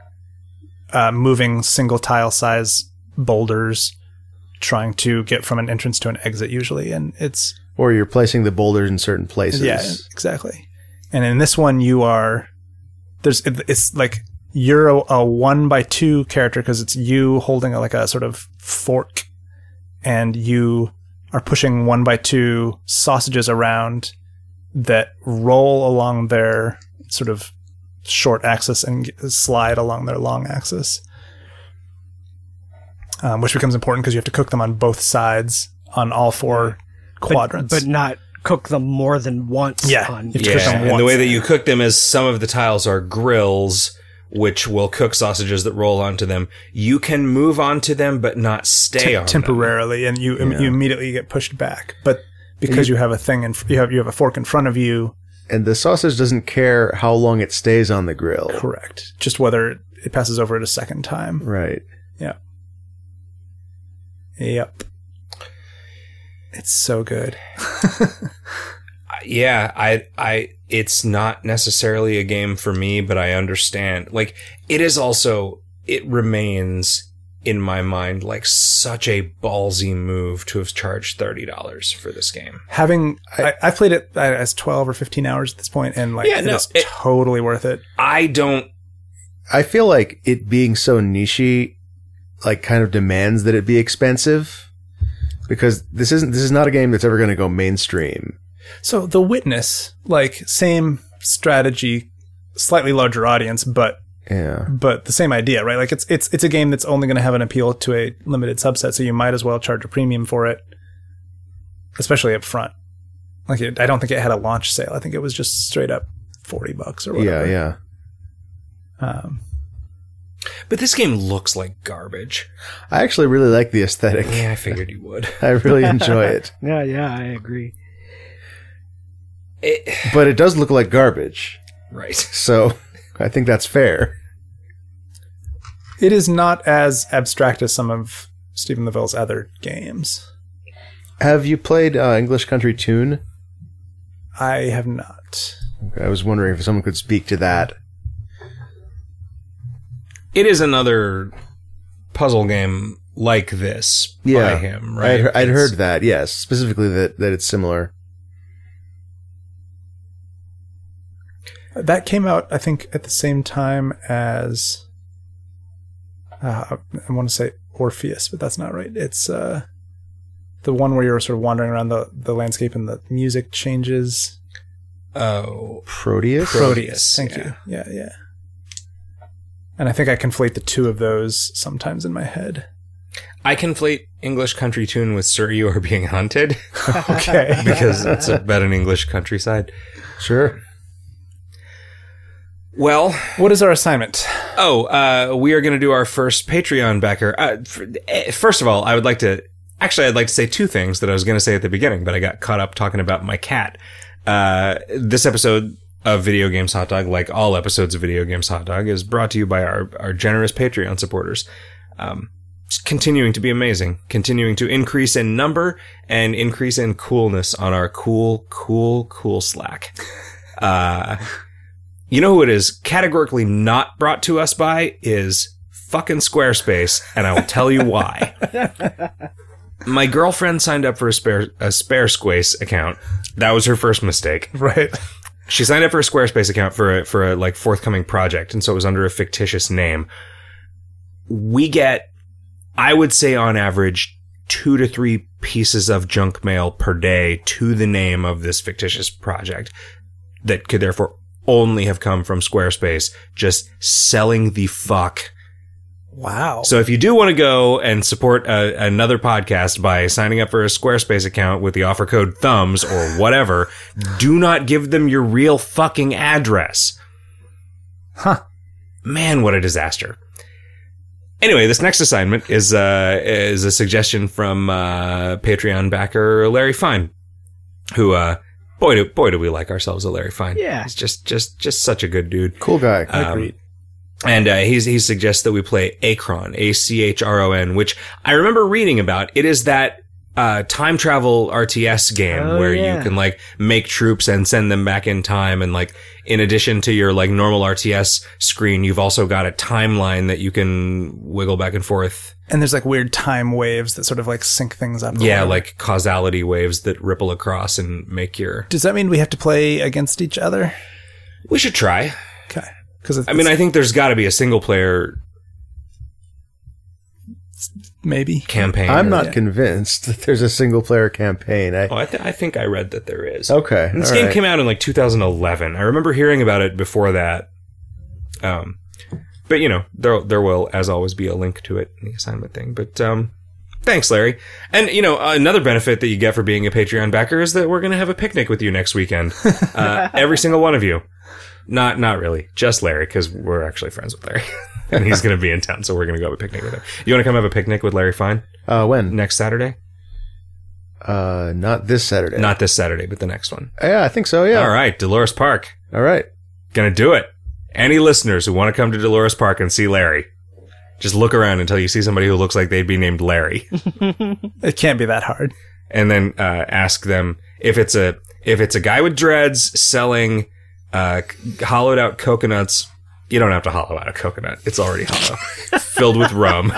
uh, moving single tile size boulders, trying to get from an entrance to an exit usually, and it's Or you're placing the boulders in certain places. yeah, exactly. And in this one, you are there's it- it's like you're a, a one by two character because it's you holding a, like a sort of fork, and you are pushing one by two sausages around that roll along their sort of short axis and g- slide along their long axis, um, which becomes important because you have to cook them on both sides on all four But- quadrants. but, not cook them more than once. Yeah. on It's each cooked on side. and the once. way that you cook them is some of the tiles are grills which will cook sausages that roll onto them you can move onto them but not stay te- on them. temporarily, and you Yeah. you immediately get pushed back. But because you, have a thing and you have you have a fork in front of you, And the sausage doesn't care how long it stays on the grill. correct? Just whether it passes over it a second time. Right. Yep. It's so good. yeah i i it's not necessarily a game for me but i understand like it is also it remains in my mind like such a ballsy move to have charged $30 for this game Having I, I, have played it uh, as twelve or fifteen hours at this point, and like Yeah, it no, is it- totally worth it. i don't I feel like it being so nichey, like kind of demands that it be expensive, because this isn't this is not a game that's ever going to go mainstream. So the witness, like same strategy, slightly larger audience, but Yeah. but the same idea, right? Like it's it's it's a game that's only going to have an appeal to a limited subset, so you might as well charge a premium for it, especially up front. Like it, I don't think it had a launch sale. I think it was just straight up forty bucks or Yeah. whatever. Yeah. yeah. Um, but this game looks like garbage I actually really like the aesthetic. yeah i figured you would I really enjoy it, Yeah, yeah, I agree. it, but it does look like garbage. right So I think that's fair. It is not as abstract as some of Stephen Leville's other games. Have you played uh, English Country Tune? I have not. I was wondering if someone could speak to that. It is another puzzle game like this by Yeah. him, I'd, right? he- I'd It's- heard that, yes, specifically that, that it's similar. That came out, I think, at the same time as uh, I want to say Orpheus, but that's not right. It's uh, the one where you're sort of wandering around the, the landscape and the music changes. Oh, Proteus? Proteus. Thank you. Yeah, yeah. And I think I conflate the two of those sometimes in my head. I conflate English country tune with Sir You Are Being Hunted Okay. because it's about an English countryside. Sure. Well, what is our assignment? Oh, uh, we are going to do our first Patreon backer. Uh, f- eh, first of all, I would like to actually, I'd like to say two things that I was going to say at the beginning, but I got caught up talking about my cat. Uh, this episode of Video Games Hot Dog, like all episodes of Video Games Hot Dog, is brought to you by our, our generous Patreon supporters. Um, it's continuing to be amazing, continuing to increase in number and increase in coolness on our cool, cool, cool Slack. Uh, you know who it is categorically not brought to us by is fucking Squarespace, and I will tell you why. My girlfriend signed up for a spare a spare Squace account. That was her first mistake. Right. She signed up for a Squarespace account for a, for a like forthcoming project, and so it was under a fictitious name. We get, I would say, on average, two to three pieces of junk mail per day to the name of this fictitious project that could therefore only have come from Squarespace just selling the fuck Wow. so if you do want to go and support a, another podcast by signing up for a Squarespace account with the offer code thumbs or whatever, do not give them your real fucking address. Huh. Man, what a disaster. Anyway, this next assignment is uh, is a suggestion from uh, Patreon backer Larry Fine, who uh, boy do boy do we like ourselves a Larry Fine. Yeah. he's just just just such a good dude. Cool guy. Um, and uh, he's, he suggests that we play Acron, A C H R O N, which I remember reading about. It is that uh, time travel RTS game Oh, where yeah. you can like make troops and send them back in time. And like, in addition to your like normal RTS screen, you've also got a timeline that you can wiggle back and forth. and there's like weird time waves that sort of like sync things up. Yeah, like causality waves that ripple across and make your. Does that mean we have to play against each other? We should try. Okay. Because I mean, I think there's got to be a single player maybe. campaign. I'm or- not convinced that there's a single player campaign. I, Oh, I, th- I think I read that there is. okay. And this all game right. came out in like 2011. I remember hearing about it before that. Um, but you know, there there will, as always, be a link to it in the assignment thing. But um, thanks, Larry. And you know, another benefit that you get for being a Patreon backer is that we're gonna have a picnic with you next weekend. Uh, every single one of you. Not not really, just Larry, because we're actually friends with Larry, and he's gonna be in town, so we're gonna go have a picnic with him. You want to come have a picnic with Larry Fine Uh, when? next Saturday? Uh, not this Saturday. Not this Saturday, but the next one. Yeah, I think so. Yeah. All right, Dolores Park. All right. Gonna do it. Any listeners who want to come to Dolores Park and see Larry, just look around until you see somebody who looks like they'd be named Larry, It can't be that hard. and then uh, ask them if it's a if it's a guy with dreads selling uh, c- hollowed out coconuts. You don't have to hollow out a coconut; it's already hollow, filled with rum.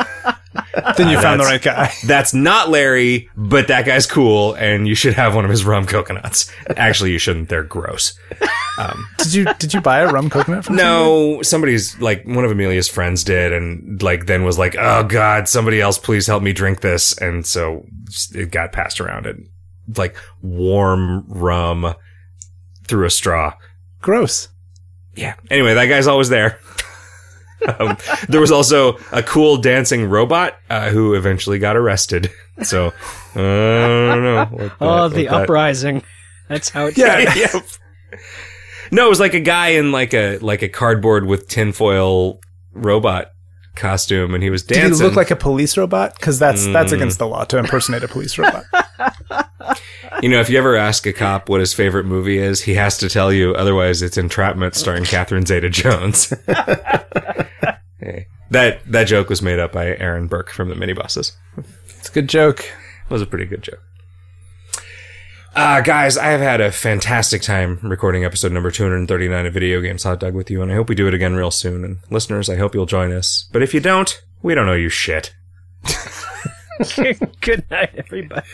Then you found the that's- right guy. That's not Larry, but that guy's cool, and you should have one of his rum coconuts. Actually, you shouldn't; they're gross. Um, Did you did you buy a rum coconut from No, somebody's like one of Amelia's friends did, and like then was like, "Oh God, somebody else, please help me drink this." And so it got passed around and like warm rum through a straw. Gross. Yeah. Anyway, that guy's always there. um, there was also a cool dancing robot uh, who eventually got arrested. So uh, I don't know. what Oh, that- the what that- uprising. That's how it yeah. No, it was like a guy in like a like a cardboard with tinfoil robot costume, and he was Did dancing. Mm. he look like a police robot? Because that's that's against the law to impersonate a police robot. you know, if you ever ask a cop what his favorite movie is, he has to tell you. Otherwise, it's Entrapment, starring Catherine Zeta-Jones. hey, That that joke was made up by Aaron Burke from the minibuses. It's a good joke. It was a pretty good joke. Uh, guys, I have had a fantastic time recording episode number 239 of Video Games Hot Dog with you, and I hope we do it again real soon. And listeners, I hope you'll join us. But if you don't, we don't know you shit. Good night, everybody.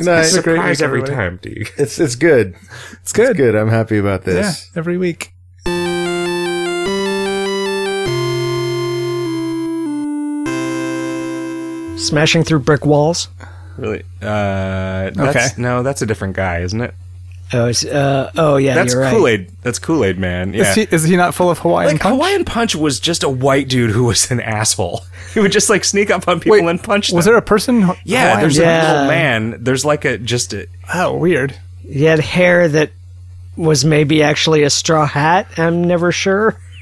No, I it's, great surprise week, every everybody. time, Deeg. it's it's good. It's good. It's good. I'm happy about Yeah, this. every week. Smashing through brick walls. Really? Uh, that's, No, that's a different guy, isn't it? Oh, it's, uh, oh yeah, That's you're right. Kool Aid. That's Kool Aid Man. Yeah. Is, he, is he not full of Hawaiian like punch? Hawaiian Punch was just a white dude who was an asshole. He would just like sneak up on people Wait, and punch Was them. there a person? Ho- yeah, Hawaiian? there's Yeah. a little man. There's like a just a Oh, weird. He had hair that was maybe actually a straw hat. I'm never sure.